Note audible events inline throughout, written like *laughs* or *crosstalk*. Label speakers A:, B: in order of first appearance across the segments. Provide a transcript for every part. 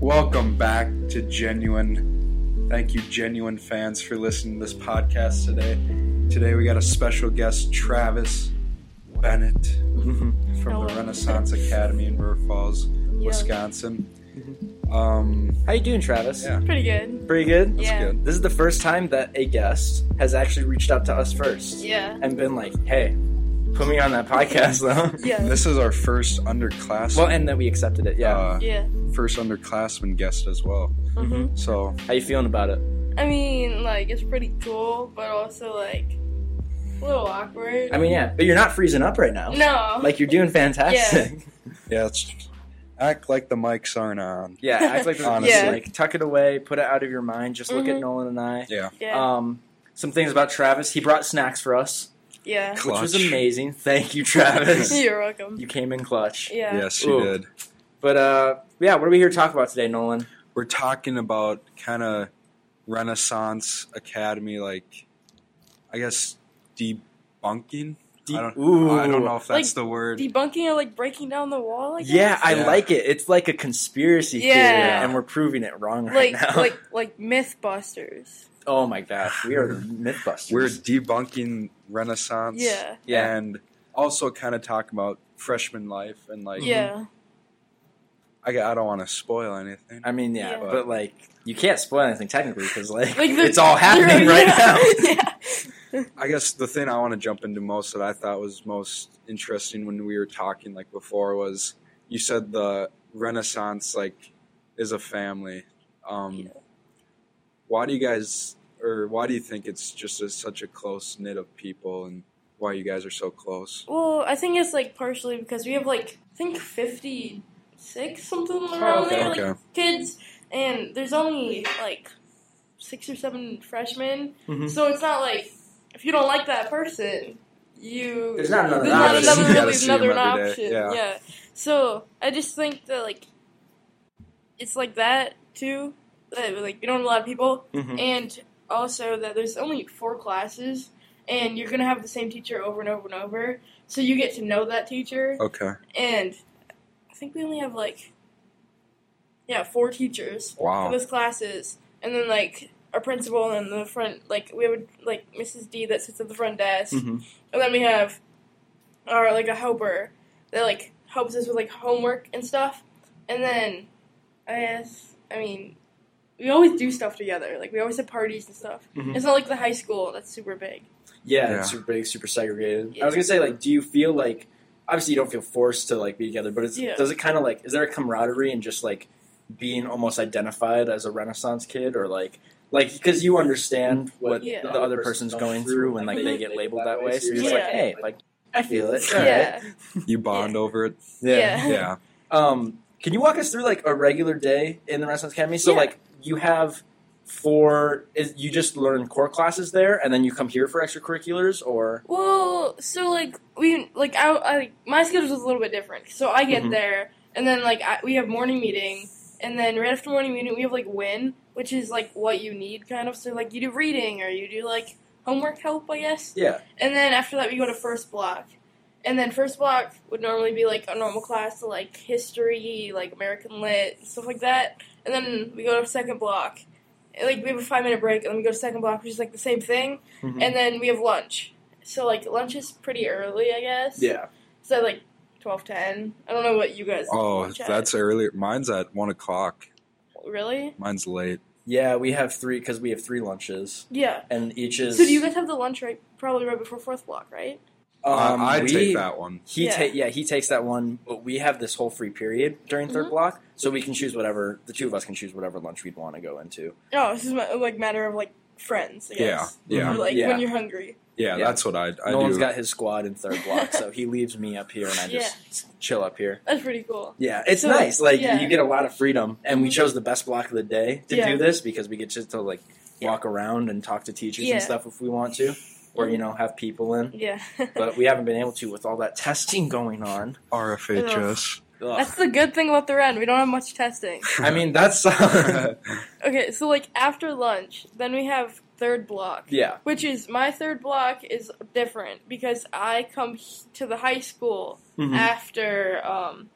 A: Welcome back to Genuine. Thank you, Genuine fans, for listening to this podcast today. Today we got a special guest, Travis Bennett
B: Mm-hmm.
A: from the
C: Hello.
A: Renaissance Academy in River Falls, Wisconsin.
C: Mm-hmm.
A: Um,
B: How you doing, Travis?
A: Yeah.
C: Pretty good.
B: Pretty good.
C: yeah.
A: good.
B: This is the first time that a guest has actually reached out to us first
C: Yeah.
B: and been like, "Hey, put me on that podcast, *laughs* though."
C: Yeah.
A: this is our first underclassman.
B: Well, and that we accepted it. Yeah.
A: uh,
C: yeah.
A: first underclassman guest as well.
C: hmm
A: So
B: How you feeling about it?
C: I mean, like, it's pretty cool, but also, like, a little awkward.
B: I mean, yeah, but you're not freezing up right now.
C: no.
B: Like you're doing fantastic.
A: yeah, it's, act like the mics aren't on.
B: *laughs* Yeah. Act
C: *laughs*
B: like
A: Honestly.
B: yeah. like tuck it away, put it out of your mind. Just look at
C: Mhm.
B: Nolan and I.
A: Yeah,
C: yeah.
B: Um, some things about Travis. He brought snacks for us, *laughs*
C: yeah. *laughs*
B: which was
A: Clutch.
B: amazing. Thank you, Travis.
C: You're welcome.
B: you came in clutch.
C: Yeah.
A: yes, you
B: Ooh.
A: did.
B: But uh, yeah, what are we here to talk about today, Nolan?
A: we're talking about kind of Renaissance Academy, like I guess debunking. I, don't,
B: Ooh.
A: I don't know if that's
C: Like,
A: the word.
C: Debunking or, like, breaking down the wall, I guess?
B: Yeah, I
A: Yeah.
B: like it. It's like a conspiracy
C: Oh Yeah.
B: theory, and we're proving it wrong right
C: Like,
B: now.
C: like, like Mythbusters.
B: *laughs* oh my gosh, we are MythBusters.
A: we're debunking Renaissance.
C: Yeah.
B: yeah,
A: and also kind of talk about freshman life and like
C: Yeah.
A: I, I don't want to spoil anything.
B: I mean, yeah,
C: Yeah.
B: but like you can't spoil anything technically because like,
C: Like, the-
B: mm, it's all
C: *laughs*
B: happening
C: yeah,
B: right now. Mm-hmm.
C: yeah.
A: I guess the thing I want to jump into most that I thought was most interesting when we were talking like before was you said the Renaissance like is a family. Um,
C: *laughs* Yeah.
A: Why do you guys or why do you think it's just a, such a close knit of people and why you guys are so close?
C: Well, I think it's, like, partially because we have, like, I think 56, something around
B: okay.
C: there. Like,
A: okay,
C: kids, and there's only like six or seven freshmen,
B: Mhm.
C: so it's not like if you don't like that person, you
B: There's not another
C: there's not
B: option.
C: another,
B: You gotta
C: really
A: see 'em
C: another
A: every day,
C: option.
A: yeah.
C: Yeah. So I just think that like it's like that too. That like you don't have a lot of people,
B: Mhm.
C: and also that there's only four classes, and you're gonna have the same teacher over and over and over. So you get to know that teacher,
A: okay,
C: and I think we only have like yeah four teachers for
A: wow,
C: those classes, and then like our principal and the front like we have like Mrs. D that sits at the front desk,
B: Mhm.
C: and then we have our like a helper that like helps us with like homework and stuff, and then I guess I mean we always do stuff together like we always have parties and stuff.
B: Mhm.
C: It's not like the high school that's super big.
B: Yeah,
A: Yeah.
B: it's super big, super segregated. I
C: Yeah.
B: was gonna say, like, do you feel like obviously you don't feel forced to like be together, but it's,
C: Yeah.
B: does it kind of like is there a camaraderie and just like being almost identified as a Renaissance kid or like like because you understand what
C: Yeah.
B: the other person's going through and like they get labeled that way, so you're just like,
C: Yeah.
B: hey, like I feel it. all right. *laughs*
C: Yeah,
A: you bond over it.
C: Yeah. *laughs*
A: Yeah,
B: Um, can you walk us through like a regular day in the Renaissance Academy? So
C: Yeah.
B: like you have four is you just learn core classes there and then you come here for extracurriculars or
C: Well, so like we like I, I my schedule is a little bit different. So I get
B: Mhm.
C: there, and then like I, we have morning meeting, and then right after morning meeting we have like win, which is like what you need kind of. So like you do reading or you do like homework help, I guess.
B: yeah.
C: And then after that we go to first block, and then first block would normally be like a normal class, so like history, like American lit, stuff like that. And then we go to second block, and, like we have a five minute break, and then we go to second block, which is like the same thing
B: Mhm.
A: Mm.
C: and then we have lunch. So like lunch is pretty early, I guess.
B: yeah.
C: So like twelve ten. I don't know what you guys.
A: oh,
C: lunch at.
A: that's earlier. Mine's at one o'clock.
C: really
A: Mine's late.
B: Yeah, we have three because we have three lunches,
C: yeah.
B: and each is.
C: So do you guys have the lunch right probably right before fourth block, right?
B: Um,
A: I, I
B: we-
A: take that one.
B: He
C: Yeah.
B: yeah. yeah, he takes that one. But we have this whole free period during 3rd
C: Mhm.
B: block, so we can choose whatever. The two of us can choose whatever lunch we'd want to go into.
C: No, Oh, this is ma- like matter of like friends. I guess.
A: Yeah, yeah.
C: Or, like
B: Yeah.
C: when you're hungry.
A: Yeah,
B: Yeah.
A: that's what I, I do.
B: no one's got his squad in third block, so he leaves me up
C: *laughs*
B: here, and I just chill up here.
C: That's pretty cool.
B: Yeah, it's
C: So,
B: nice. Like
C: yeah.
B: you get a lot of freedom, and we
C: Mhm.
B: chose the best block of the day to
C: Yeah.
B: do this because we get just to like
C: Yeah.
B: walk around and talk to teachers
C: Yeah. Mm-hmm.
B: and stuff if we want to, or you know have people in.
A: *laughs*
C: Yeah. *laughs*
B: But we haven't been able to with all that testing going on.
A: RFHS.
B: Ugh.
C: that's the good thing about the run. We don't have much testing.
A: *laughs*
B: I mean, that's uh,
C: Okay, so like after lunch, then we have third block.
B: *laughs* yeah.
C: Which is my third block is different
A: Mm-hmm.
C: Uh, because I come h- to the high school after um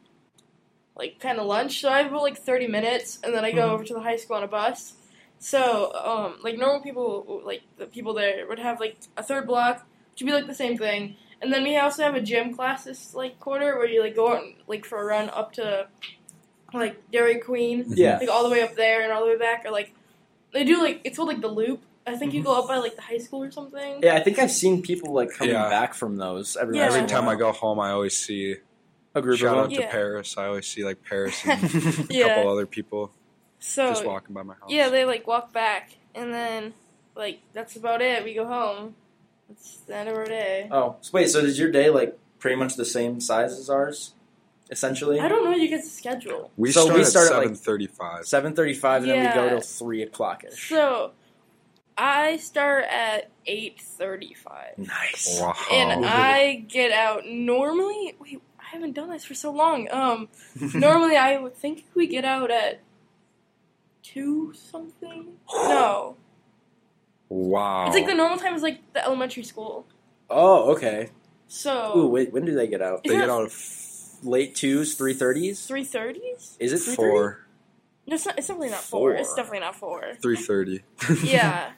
C: like kind of lunch. So I have about like thirty minutes, and then I go
A: Mm-hmm.
B: Mhm.
C: over to the high school on a bus. So um, like normal people, like the people there would have like a third block, which would be like the same thing. And then we also have a gym class this like quarter where you like go out and, like for a run up to like Dairy Queen
B: Yeah.
C: like all the way up there and all the way back, or like they do like it's called like the loop. I think
A: Mm-hmm.
C: you
B: Mhm.
C: go up by like the high school or something.
B: Yeah, I think I've seen people like coming
A: Yeah.
B: back from those every,
C: Yeah.
A: Every
C: Wow.
A: time I go home, I always see
B: a group
A: shout
B: of
A: out
B: them.
A: to
C: Yeah.
A: Paris. I always see like Paris
C: *laughs*
A: and a
C: Yeah.
A: couple other people
C: So
A: just walking by my house.
C: yeah, they like walk back and then like that's about it. We go home. It's the end of our day.
B: *laughs* oh, so wait. So is your day like pretty much the same size as ours, essentially?
C: I don't know you guys' schedule.
A: we,
B: So
A: start
B: we start at,
A: at
B: like-
A: seven thirty-five.
B: Seven thirty-five, and then we
C: Yeah.
B: go till three o'clock ish.
C: So I start at eight thirty five.
B: nice.
A: Wow.
B: Oh.
C: And I get out normally wait, I haven't done this for so long. Um normally I would think we get out at two something. No.
A: wow.
C: It's like the normal time is like the elementary school.
B: oh, okay.
C: So
B: Ooh, wait. When do they get out?
A: they
C: Isn't
A: get
C: Oh. that
A: out of
B: Late twos, three thirties.
C: three thirties?
B: Is it
A: four,
C: No, it's not it's definitely not four.
B: Four.
C: It's definitely not four.
A: three thirty.
B: *laughs*
C: Yeah.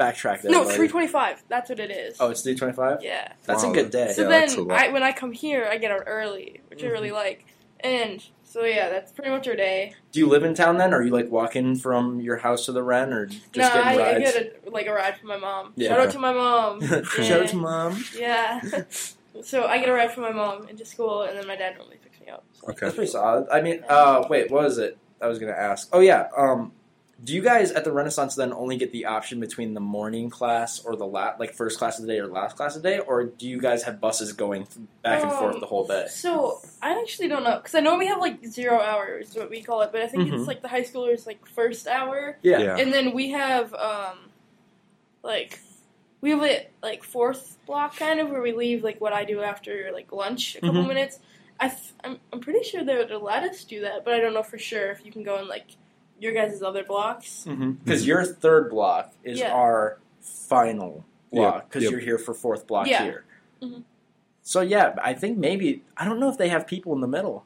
B: Backtrack there.
C: no,
B: buddy.
C: three twenty five. That's what it is.
B: Oh, it's three twenty-five.
C: Yeah.
B: That's a Mm-hmm.
A: Wow.
B: good day.
C: So
A: yeah, *laughs* that's a
C: then
A: lot.
C: I when I come here I get out early, which I really like. And so yeah, that's pretty much our day.
B: Do you live in town then? Are you like walking from your house to the rent, or just
C: no,
B: getting
C: I,
B: *laughs*
C: I
B: rides?
C: get a, like a ride from my mom.
B: Yeah.
C: Shout out to
B: *laughs*
C: my mom.
B: Shout out to mom.
C: Yeah. *laughs* so I get a ride from my mom into school, and then my dad normally picks me up. So.
A: Okay.
B: That's pretty solid. I mean, uh, wait, what was it? I was gonna ask. Oh yeah. Um, do you guys at the Renaissance then only get the option between the morning class or the la- like first class of the day or last class of the day, or do you guys have buses going back and forth
C: Um,
B: the whole day?
C: So I actually don't know because I know we have like zero hours, is what we call it, but I think
B: Mhm.
C: it's like the high schoolers like first hour,
B: Yeah.
C: and then we have um, like we have it like fourth block kind of where we leave like what I do after like lunch a couple
B: Mhm.
C: minutes. I th- I'm I'm pretty sure they would let us do that, but I don't know for sure if you can go in like your guys' other blocks.
B: Because your third block is
C: Yeah.
B: our final block
A: Yep,
B: because
A: yep.
B: you're here for fourth block
C: Yeah.
B: here.
C: Mhm.
B: So yeah, I think maybe I don't know if they have people in the middle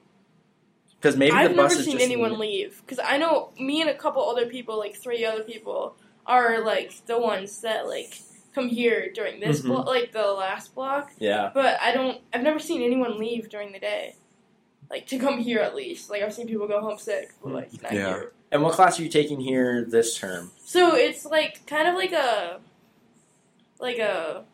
B: because maybe
C: I've
B: the bus
C: never
B: is
C: seen
B: just
C: anyone leave because I know me and a couple other people, like three other people, are like the ones that like come here during this
B: Mhm.
C: block, like the last block.
B: Yeah,
C: But I don't. I've never seen anyone leave during the day, like to come here at least. Like I've seen people go home sick, but like not
A: Yeah.
C: here.
B: and what class are you taking here this term?
C: So it's like kind of like a like a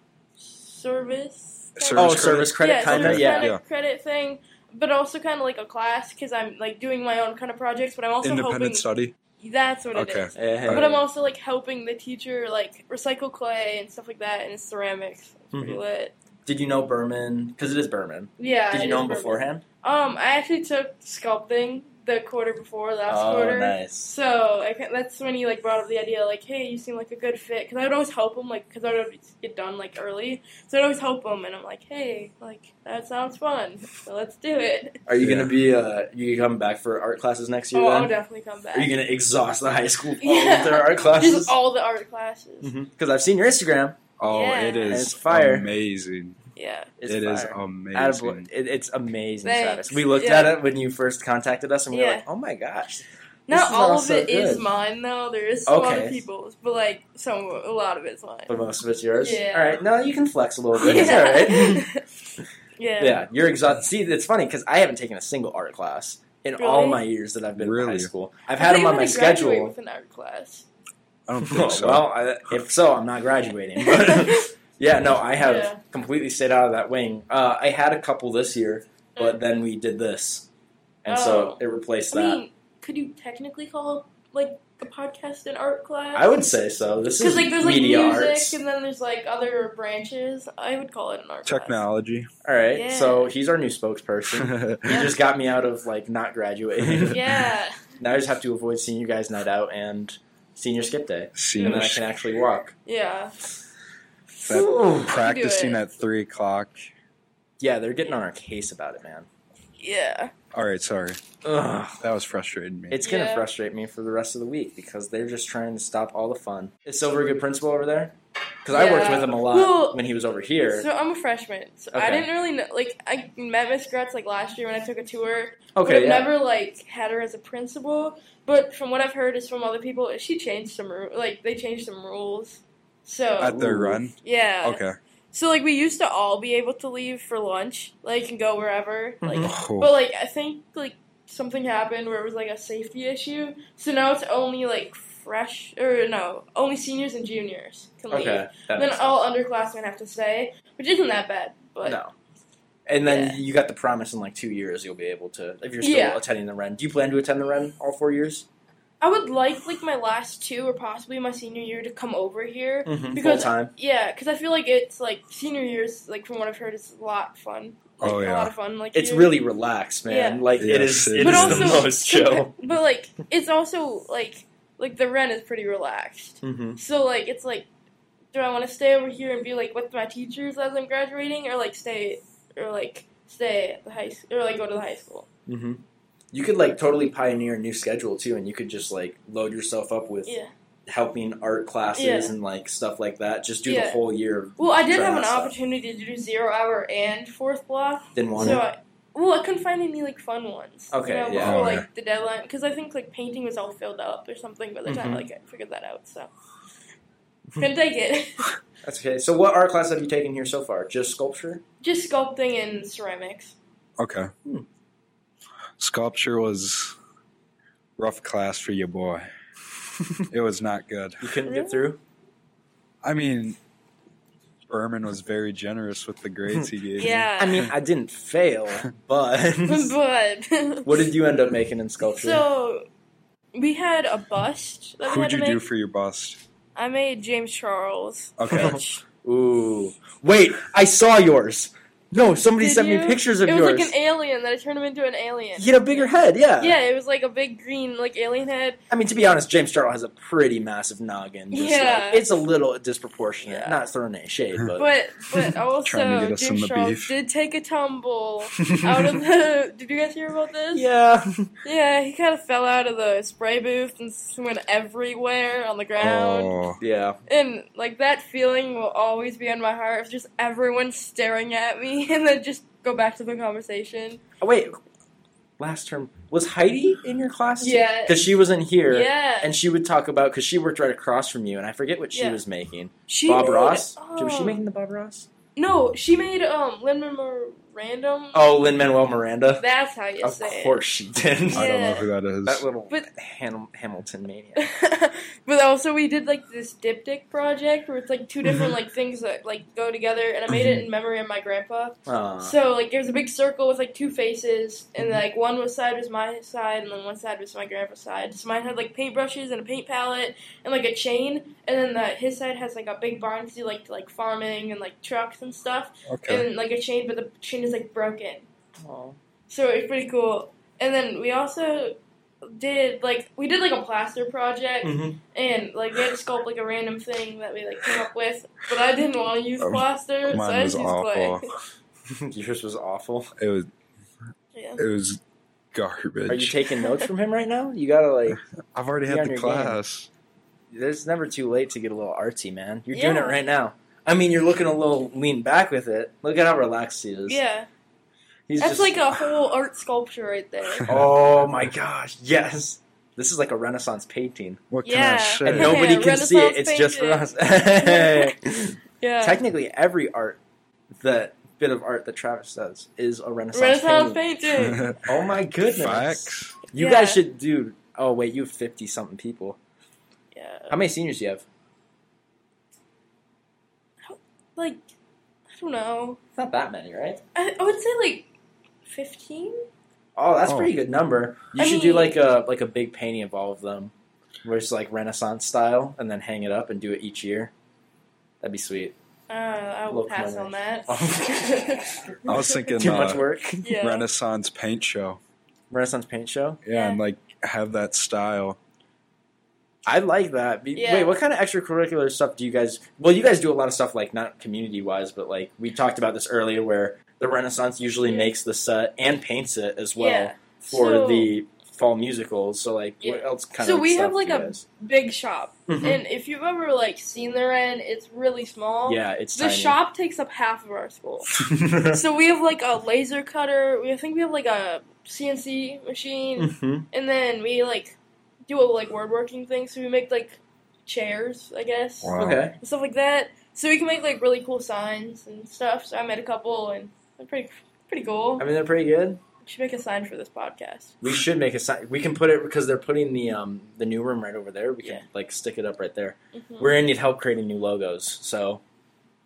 C: service. kind
A: Service
B: oh,
A: credit?
B: service credit
C: yeah,
B: kind
C: service
B: of yeah.
C: credit,
A: Yeah.
C: credit thing, but also kind of like a class because I'm like doing my own kind of projects, but I'm also
A: Independent
C: hoping
A: study.
C: that's what
A: Okay.
C: it is.
B: Eh,
C: But
A: Alright.
C: I'm also like helping the teacher like recycle clay and stuff like that and ceramics. It's pretty
B: Mhm.
C: lit.
B: Did you know Berman? Because it is Berman.
C: Yeah.
B: Did
C: it
B: you know
C: is
B: him
C: perfect.
B: beforehand?
C: Um, I actually took sculpting the quarter before last
B: oh,
C: quarter.
B: nice.
C: So I can, that's when he like brought up the idea like, hey, you seem like a good fit because I would always help him like because I would always get done like early, so I'd always help him and I'm like, hey, like that sounds fun, so let's do it.
B: Are you
A: Yeah.
B: gonna be? Uh, you coming back for art classes next year?
C: oh,
B: then?
C: I'll definitely come back.
B: Are you gonna exhaust the high
C: *laughs*
B: school all
C: Yeah.
B: with their art
C: Just
B: classes? Mm-hmm.
C: all the art classes.
B: Because I've seen your Instagram.
A: Oh,
C: Yeah.
A: it is
B: It's fire.
A: amazing.
C: Yeah.
B: It's
A: It is
B: fire.
A: amazing.
B: Out of- it- it's amazing.
C: Thanks.
B: Travis. We looked
C: Yeah.
B: at it when you first contacted us, and we were
C: Yeah.
B: like, "Oh my gosh!" This
C: Not
B: is
C: all
B: all
C: of
B: so
C: it is
B: good.
C: mine though. There is some
B: Okay.
C: other people's, but like some a lot of it's mine.
B: But most of it's yours.
C: Yeah.
B: All right. No, you can flex a little bit. It's all
C: *laughs* yeah.
B: right.
C: *laughs*
B: *laughs*
C: yeah.
B: yeah, you're exhausted. See, it's funny because I haven't taken a single art class in all
C: Really?
B: my years that I've been in high
A: Really?
B: school. I've had them on my schedule.
C: With an art class.
A: I
B: *laughs*
A: don't think
B: Oh,
A: so. *laughs*
B: well, I, if so, I'm not graduating. *laughs* But yeah, no, I have
C: Yeah.
B: completely stayed out of that wing. Uh, I had a couple this year, but then we did this, and so
C: Mm. Oh.
B: it replaced
C: I
B: that.
C: mean, could you technically call like a podcast an art class?
B: I would say so. This
C: because
B: is
C: like there's like
B: media
C: music
B: arts.
C: and then there's like other branches. I would call it an art
B: *laughs*
C: class.
A: Technology.
B: All right,
C: Yeah.
B: so he's our new *laughs* spokesperson. He
C: Yeah.
B: just got me out of like not *laughs* graduating.
C: Yeah.
B: now I just have to avoid seeing you guys night out and senior skip day,
A: Seeing
B: and then I can actually walk.
C: Yeah.
B: Ooh.
A: practicing
C: it.
A: at three o'clock.
B: Yeah, they're getting on our case about it, man.
C: Yeah.
A: All right, sorry.
B: Ugh.
A: That was frustrating me.
B: It's gonna
C: Yeah.
B: frustrate me for the rest of the week because they're just trying to stop all the fun. Is Silver a good principal over there? because I worked
C: Yeah.
B: with him a lot
C: Well,
B: when he was over here.
C: So I'm a freshman. So I
B: Okay.
C: didn't really know. Like I met Miss Gretz like last year when I took a tour. but
B: okay,
C: I've
B: yeah.
C: never like had her as a principal. But from what I've heard is from other people, she changed some ru- like they changed some rules. So
A: At their run?
C: yeah.
A: Okay.
C: So like we used to all be able to leave for lunch, like and go wherever. Like,
B: Mhm.
C: but like I think like something happened where it was like a safety issue. So now it's only like fresh or no, only seniors and juniors can leave.
B: okay, that
C: Then
B: makes
C: all underclassmen have to stay, which isn't that bad. But
B: no. And then
C: Yeah.
B: you got the promise in like two years you'll be able to if you're still
C: Yeah.
B: attending the Ren. Do you plan to attend the Ren all four years?
C: I would like like my last two or possibly my senior year to come over here.
B: Mm-hmm. Full
C: Because-
B: time.
C: Yeah, because I feel like it's like senior years, like from what I've heard, it's a lot fun. Like,
A: Oh,
C: a lot
A: yeah.
C: of fun. Like
B: It's
C: you're-
B: really relaxed, man. Like it
A: Yes,
B: is.
A: it
B: It
C: But
B: is
C: also,
B: the most chill.
C: But like, it's also like like the rent is pretty relaxed.
B: Mm-hmm.
C: So like, it's like, do I want to stay over here and be like with my teachers as I'm graduating, or like stay or like stay at the high s- or like go to the high school?
B: Mm-hmm. You could like totally pioneer a new schedule too, and you could just like load yourself up with
C: Yeah.
B: helping art classes
C: Yeah.
B: and like stuff like that. Just do the
C: Yeah.
B: whole year.
C: Well, I did
B: Try
C: have an
B: that stuff.
C: opportunity to do zero hour and fourth block.
B: Didn't want
C: So
B: to.
C: I, well, I couldn't find any like fun ones.
B: Okay,
C: you know,
B: yeah.
C: Before
A: Okay.
C: like the deadline, because I think like painting was all filled up or something by the time
B: Mhm.
C: like I figured that out. So couldn't take it. *laughs*
B: That's okay. So, what art class have you taken here so far? Just sculpture. *laughs*
C: Just sculpting and ceramics.
A: Okay.
B: Hmm.
A: Sculpture was rough class for your boy. It was not good.
B: you couldn't
C: Really?
B: get through.
A: I mean, Berman was very generous with the grades he gave. me.
C: Yeah.
B: I *laughs* mean, I didn't *laughs* fail, but
C: *laughs*
B: *laughs*
C: but
B: what did you end up making in sculpture?
C: so we had a bust that we
A: Who'd
C: had to
A: you
C: make.
A: do for your bust?
C: I made James Charles.
A: Okay.
C: which-
B: Ooh, wait! I saw yours. No, somebody
C: Did
B: sent
C: you?
B: me pictures of
C: it was
B: yours.
C: like an alien that I turned him into an alien.
B: he had a bigger head. Yeah.
C: Yeah, it was like a big green like alien head.
B: I mean, to be honest, James Charles has a pretty massive noggin. Just
C: Yeah.
B: like, it's a little disproportionate.
C: Yeah.
B: Not throwing any shade, but,
C: But
B: *laughs*
C: but also
A: Trying to get us
C: James
A: in the
C: Charles
A: beef.
C: did take a tumble. *laughs* out of the. Did you guys hear about this?
B: yeah,
C: Yeah, he kind of fell out of the spray booth and s- went everywhere on the
A: *laughs*
C: ground.
A: Oh,
B: yeah.
C: And, like, that feeling will always be on my heart of just everyone staring at me *laughs* and then just go back to the conversation.
B: Oh, wait, last term was Heidi in your class?
C: Yeah.
B: because she was in here.
C: Yeah.
B: And she would talk about because she worked right across from you, and I forget what she
C: Yeah.
B: was making.
C: she
B: Bob
C: made-
B: Ross?
C: Oh.
B: Was she making the Bob Ross?
C: No, she made, um, Lin-Manuel Random.
B: Oh, Lin Manuel Miranda.
C: That's how you
B: Of
C: say it.
B: course she
A: I
B: did.
A: don't know
C: Yeah.
A: who that is.
B: That little
C: But-
B: Ham- Hamilton
C: *laughs*
B: maniac.
C: *laughs* but also we did like this diptych project where it's like two different
B: Mhm.
C: like things that like go together and I made
B: Mm-hmm.
C: it in memory of my grandpa.
B: Aw.
A: Uh-huh.
C: So like there's a big circle with like two faces, and
A: Mm-hmm.
C: like one was side was my side, and then one side was my grandpa's side. So mine had like paintbrushes and a paint palette and like a chain, and then the, his side has like a big barn to do like like farming and like trucks and stuff,
A: okay.
C: and like a chain, but the chain is like broken.
B: Aw.
C: So it's pretty cool. And then we also did like we did like a plaster project,
A: Mm. Mm-hmm.
B: Mhm.
C: and like we had to sculpt like a random thing that we like came up with, but I didn't want to use
A: Um,
C: plaster, so
A: mine
C: I
A: was
C: just used clay.
A: awful.
B: *laughs* Yours was awful.
A: It was
C: *laughs* yeah.
A: it was garbage.
B: Are you taking notes from him right now? You gotta like.
A: I've already
B: you're
A: had
B: on
A: the
B: your game.
A: class.
B: There's never too late to get a little artsy, man. You're doing it
C: Yeah.
B: right now. I mean, you're looking a little lean back with it. Look at how relaxed he is.
C: Yeah.
B: He's
C: That's
B: just,
C: like a whole art sculpture right there.
B: *laughs* Oh my gosh! Yes, this is like a Renaissance painting,
A: What
C: Yeah.
A: can I say?
B: and
C: *laughs*
B: nobody can see it. It's
C: Renaissance
B: just for us.
C: painting.
B: *laughs*
C: Yeah.
B: Technically, every art, that bit of art that Travis does, is a Renaissance,
C: Renaissance
B: painting. *laughs*
C: painting.
B: Oh my goodness!
A: *laughs* Facts.
B: You
C: Yeah.
B: guys should do. Oh wait, you have fifty something people. How
C: Yeah.
B: many seniors do you have?
C: Like, I don't know.
B: Not that many, right?
C: I, I would say like 15?
B: Oh, that's a
A: Oh.
B: pretty good number. You
C: I
B: should do
C: mean-
B: like a like a big painting of all of them, where it's like Renaissance style, and then hang it up and do it each year. That'd be sweet.
C: Uh, I will
B: Look, Oh.
C: pass
B: my
C: on that. *laughs*
A: I was thinking
B: Too
A: uh,
B: much work.
C: yeah.
A: Renaissance paint show.
B: Renaissance paint show.
A: Yeah, and like have that style. *laughs*
B: I like that. Be-
C: Yeah.
B: Wait, what kind of extracurricular stuff do you guys? Well, you guys do a lot of stuff like not community wise, but like we talked about this earlier, where the Renaissance usually
C: Yeah.
B: makes the set and paints it as well
C: Yeah.
B: for
C: So-
B: the fall musicals. So like, what
C: Yeah.
B: else kind
C: So
B: of
C: we have,
B: stuff
C: like,
B: do you
C: a-
B: guys-
C: Big shop.
B: Mhm.
C: And if you've ever like seen the rent, it's really small.
B: yeah, it's
C: The
B: tiny.
C: shop takes up half of
B: *laughs*
C: our school. so we have like a laser cutter. We I think we have like a CNC machine,
B: Mhm.
C: and then we like do a like word working thing. So we make like chairs, I guess,
B: Okay.
C: and stuff like that. So we can make like really cool signs and stuff. So I made a couple, and they're pretty pretty cool.
B: I mean, they're pretty good.
C: We should make a sign for this podcast.
B: We should make a sign. We can put it because they're putting the um the new room right over there. We can like stick it up right there.
C: Mhm.
B: We're gonna need help creating new logos, so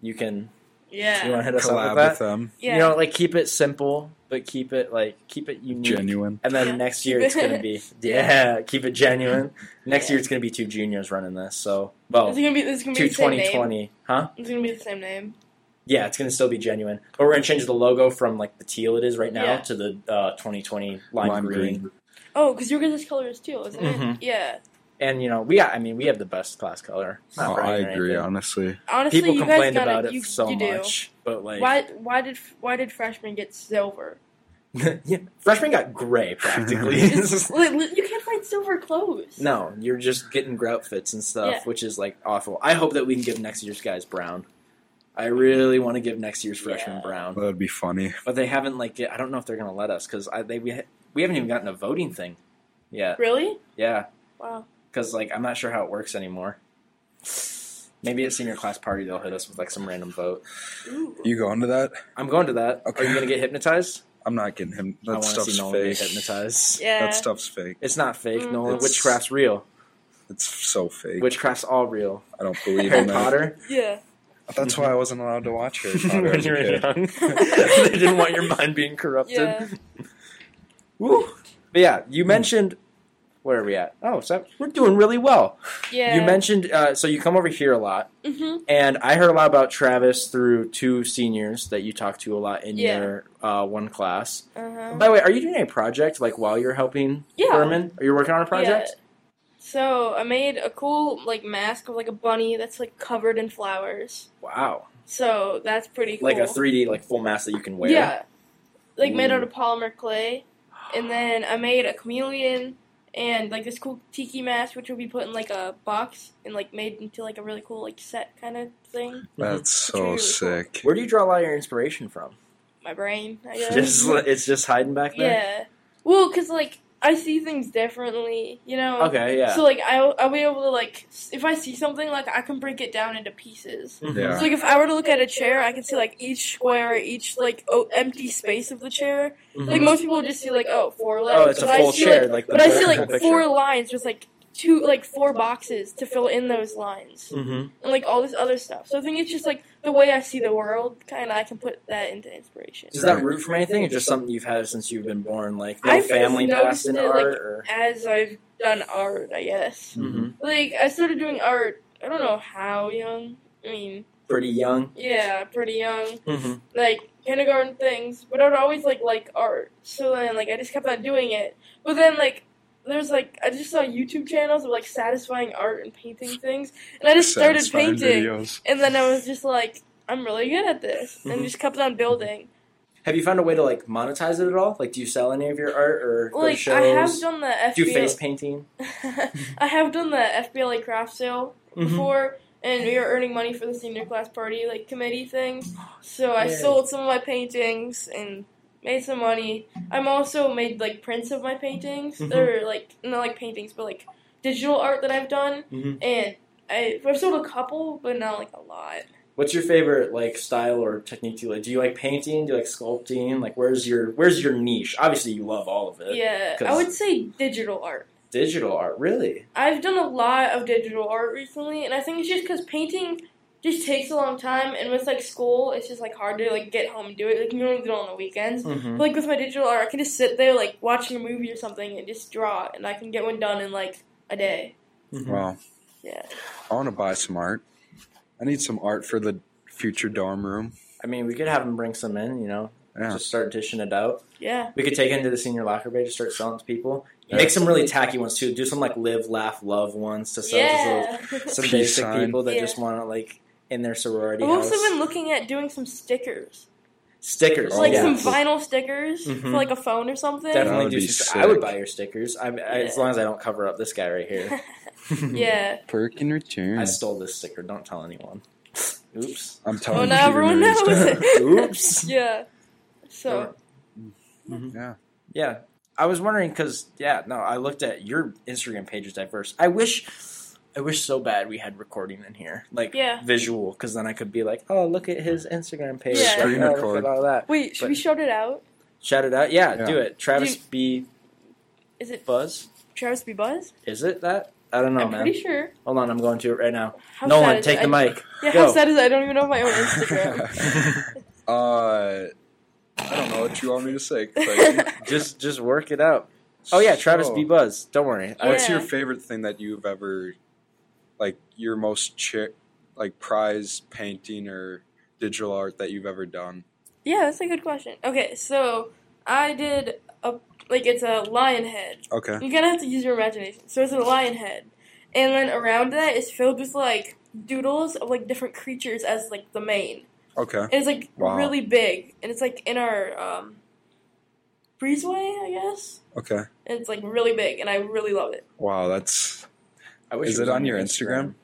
B: you can you
C: Yeah,
B: want to hit us up
A: collab
B: with that?
A: with them.
C: yeah.
B: You know, like keep it simple, but keep it like keep it unique.
A: Genuine.
B: And then
C: Yeah.
B: next year it's gonna
C: *laughs*
B: be *laughs* yeah, keep it genuine. Next
C: Yeah.
B: year it's gonna be two juniors running this. So well,
C: is it gonna be? Is it gonna be
B: two
C: the same
B: twenty
C: name?
B: twenty, huh?
C: Is it gonna be the same name?
B: Yeah, it's gonna still be genuine, but we're gonna change the logo from like the teal it is right now
C: Yeah.
B: to the uh, twenty twenty lime,
A: Lime
B: green.
A: green.
C: Oh, because your guys' color is teal, isn't
B: Mhm.
C: it? Yeah.
B: And you know, we got, I mean, we have the best class color. It's
A: Oh,
B: not
A: I
B: bragging or
A: agree,
B: anything.
A: honestly.
C: Honestly,
B: People
C: you guys
B: complained
C: gotta,
B: about it
C: you,
B: so
C: you do.
B: much, but like,
C: Why? Why did why did freshmen get silver?
B: *laughs* yeah, freshmen got gray
A: *laughs*
B: practically. *laughs*
C: It's- li- li- you can't find silver clothes.
B: No, you're just getting grout fits and stuff,
C: Yeah.
B: which is like awful. I hope that we can give next year's guys brown. I really want to give next year's freshmen
C: Yeah.
B: brown,
A: That would be funny.
B: but they haven't like. get- I don't know if they're gonna let us because I they we, ha- we haven't even gotten a voting thing yet.
C: Really?
B: Yeah,
C: Wow.
B: because like I'm not sure how it works anymore. Maybe at senior class party they'll hit us with like some random vote.
C: Ooh.
A: You going to that?
B: I'm going to that.
A: Okay.
B: Are you gonna get hypnotized?
A: I'm not getting him.
B: I
A: That
B: want to
A: stuff's
B: see Nolan
A: fake.
B: get hypnotized.
C: yeah.
A: That stuff's fake.
B: It's not fake,
C: Mm.
B: Nolan.
A: It's-
B: Witchcraft's real.
A: It's so fake.
B: Witchcraft's all real.
A: I don't believe
B: Harry
A: in that.
B: Potter.
C: yeah.
A: That's why I wasn't allowed to watch Harry Potter
B: *laughs* when
A: as a
B: you were
A: kid.
B: young. *laughs*
C: *laughs*
B: they didn't want your mind being corrupted.
C: Yeah.
B: Woo. But yeah, you mentioned where are we at? Oh, so we're doing really well.
C: Yeah.
B: You mentioned uh, so you come over here a lot,
C: Mhm.
B: and I heard a lot about Travis through two seniors that you talk to a lot in
C: Yeah.
B: your uh, one class.
C: Uh-huh.
B: By the way, are you doing a project like while you're helping
C: Yeah.
B: Furman? Are you working on a project?
C: Yeah. So I made a cool like mask of like a bunny that's like covered in flowers.
B: Wow,
C: So that's pretty cool.
B: like a 3D like full mask that you can wear.
C: Yeah. Like made out
B: Ooh.
C: of polymer clay. And then I made a chameleon and like this cool tiki mask which will be put in like a box and like made into like a really cool like set kind of thing.
A: That's so
C: Really cool.
A: sick.
B: Where do you draw a lot of your inspiration from?
C: My brain, I guess.
B: Just it's just hiding back there.
C: yeah. Well, cuz like I see things differently, you know.
B: Okay. Yeah.
C: So like I I'll be able to like s- if I see something like I can break it down into pieces.
B: Mhm.
A: Yeah.
C: So like if I were to look at a chair, I can see like each square, each like o- empty space of the chair.
B: Mhm.
C: Like most people just see like oh four legs.
B: Oh, it's a
C: but I
B: full
C: see,
B: chair.
C: like-
B: Like, the
C: but I
B: whole
C: see like
B: picture.
C: four lines with like two like four boxes to fill in those lines
B: Mhm.
C: and like all this other stuff. So I think it's just like the way I see the world. Kind of I can put that into inspiration.
B: Does that root from anything, or just something you've had since you've been born? Like no
C: I've
B: family
C: noticed
B: past in
C: it,
B: art,
C: like-
B: or
C: As I've done art, I guess.
B: Mhm.
C: Like I started doing art. I don't know how young. I mean,
B: pretty young.
C: yeah, pretty young.
B: Mhm.
C: like kindergarten things, but I'd always like like art. So then like I just kept on doing it. But then like there's like I just saw YouTube channels of like satisfying art and painting things, and I just started
A: Satisfying
C: painting.
A: videos.
C: And then I was just like, I'm really good at this, and
B: Mhm.
C: just kept on building.
B: Have you found a way to like monetize it at all? Like, do you sell any of your art, or go to
C: Like
B: shows?
C: I have done the FBL.
B: do face painting?
C: *laughs* I have done the FBLA craft sale
B: Mm-hmm.
C: before, and we were earning money for the senior class party like committee thing. So I
B: Yay.
C: sold some of my paintings and made some money. I'm also made like prints of my paintings.
B: Mhm.
C: They're like not like paintings, but like digital art that I've done,
B: Mhm.
C: and I I've sold a couple, but not like a lot.
B: What's your favorite like style or technique? Do you like? Do you like painting? Do you like sculpting? Like, where's your where's your niche? Obviously, you love all of it.
C: Yeah, I
B: Uh, 'Cause-
C: would say digital art.
B: Digital art, really?
C: I've done a lot of digital art recently, and I think it's just because painting just takes a long time, and with like school, it's just like hard to like get home and do it. Like you only do it on the weekends.
B: Mm-hmm.
C: But, like with my digital art, I can just sit there like watching a movie or something and just draw, and I can get one done in like a day.
A: Wow.
C: Mm-hmm. Yeah.
A: I want to buy some art. I need some art for the future dorm room.
B: I mean, we could have them bring some in. You know,
A: Yeah.
B: just start dishing it out.
C: Yeah.
B: We could take it into the senior locker bay, just start selling to people.
A: Yeah.
B: Make some really tacky ones too. Do some like live, laugh, love ones to sell
C: *laughs*
B: to
C: yeah.
B: those, some
A: Peace
B: basic
A: sign.
B: people that
C: Yeah.
B: just want to like in their sorority
C: I've
B: house.
C: also been looking at doing some stickers.
B: Stickers,
C: Like
B: yeah.
C: some vinyl stickers
B: Mhm.
C: for like a phone or something. *laughs*
A: That
B: Definitely
A: would
B: do.
A: be
B: Some, I would
A: sick.
B: buy your stickers. I, I, As
C: Yeah.
B: long as I don't cover up this guy
A: *laughs*
B: right here.
C: *laughs* yeah.
A: Perk in return.
B: I stole this sticker. Don't tell
C: *laughs*
B: anyone. Oops.
A: I'm
C: Oh,
A: telling
C: now
A: you.
C: everyone *laughs*
B: *laughs*
C: knows.
B: Oops.
C: yeah. So
A: Yeah.
B: Mm-hmm. Yeah. I was wondering because yeah, no, I looked at your Instagram page is diverse. I wish, I wish so bad we had recording in here, like
C: Yeah.
B: visual, because then I could be like, oh, look at his Instagram page,
C: Yeah.
B: Like,
A: Screen
B: oh, look
A: record.
B: at all that.
C: wait, should we
B: But-
C: shout it out?
B: Shout it out, yeah,
A: Yeah.
B: do it. Travis
C: Do
B: B.
C: Is it
B: Buzz,
C: Travis B Buzz?
B: is it that? I don't know,
C: I'm
B: man.
C: pretty sure.
B: Hold on, I'm going to it right now.
C: How
B: no
C: sad
B: one,
C: is
B: take
C: it?
B: the
C: I-
B: mic.
C: Yeah,
B: Go.
C: how sad is it? I don't even know my own Instagram.
A: *laughs* uh, I don't know what you want me to say.
B: *laughs*
C: *laughs*
A: Clayton.
C: What's
B: just, just work it out. Oh yeah, Travis
A: So,
B: B. Buzz. Don't worry. I-
A: What's
C: Yeah.
A: your favorite thing that you've ever, like, your most chi- like prize painting or digital art that you've ever done?
C: Yeah, that's a good question. Okay, so I did a like it's a lion head.
A: Okay.
C: You kind of have to use your imagination. So it's a lion head, and then around that is filled with like doodles of like different creatures as like the main.
A: Okay.
C: And it's like
A: Wow.
C: really big, and it's like in our um, breezeway, I guess.
A: Okay.
C: And it's like really big, and I really love it.
A: Wow, that's
B: I wish
A: Is it
B: was
A: on your Instagram?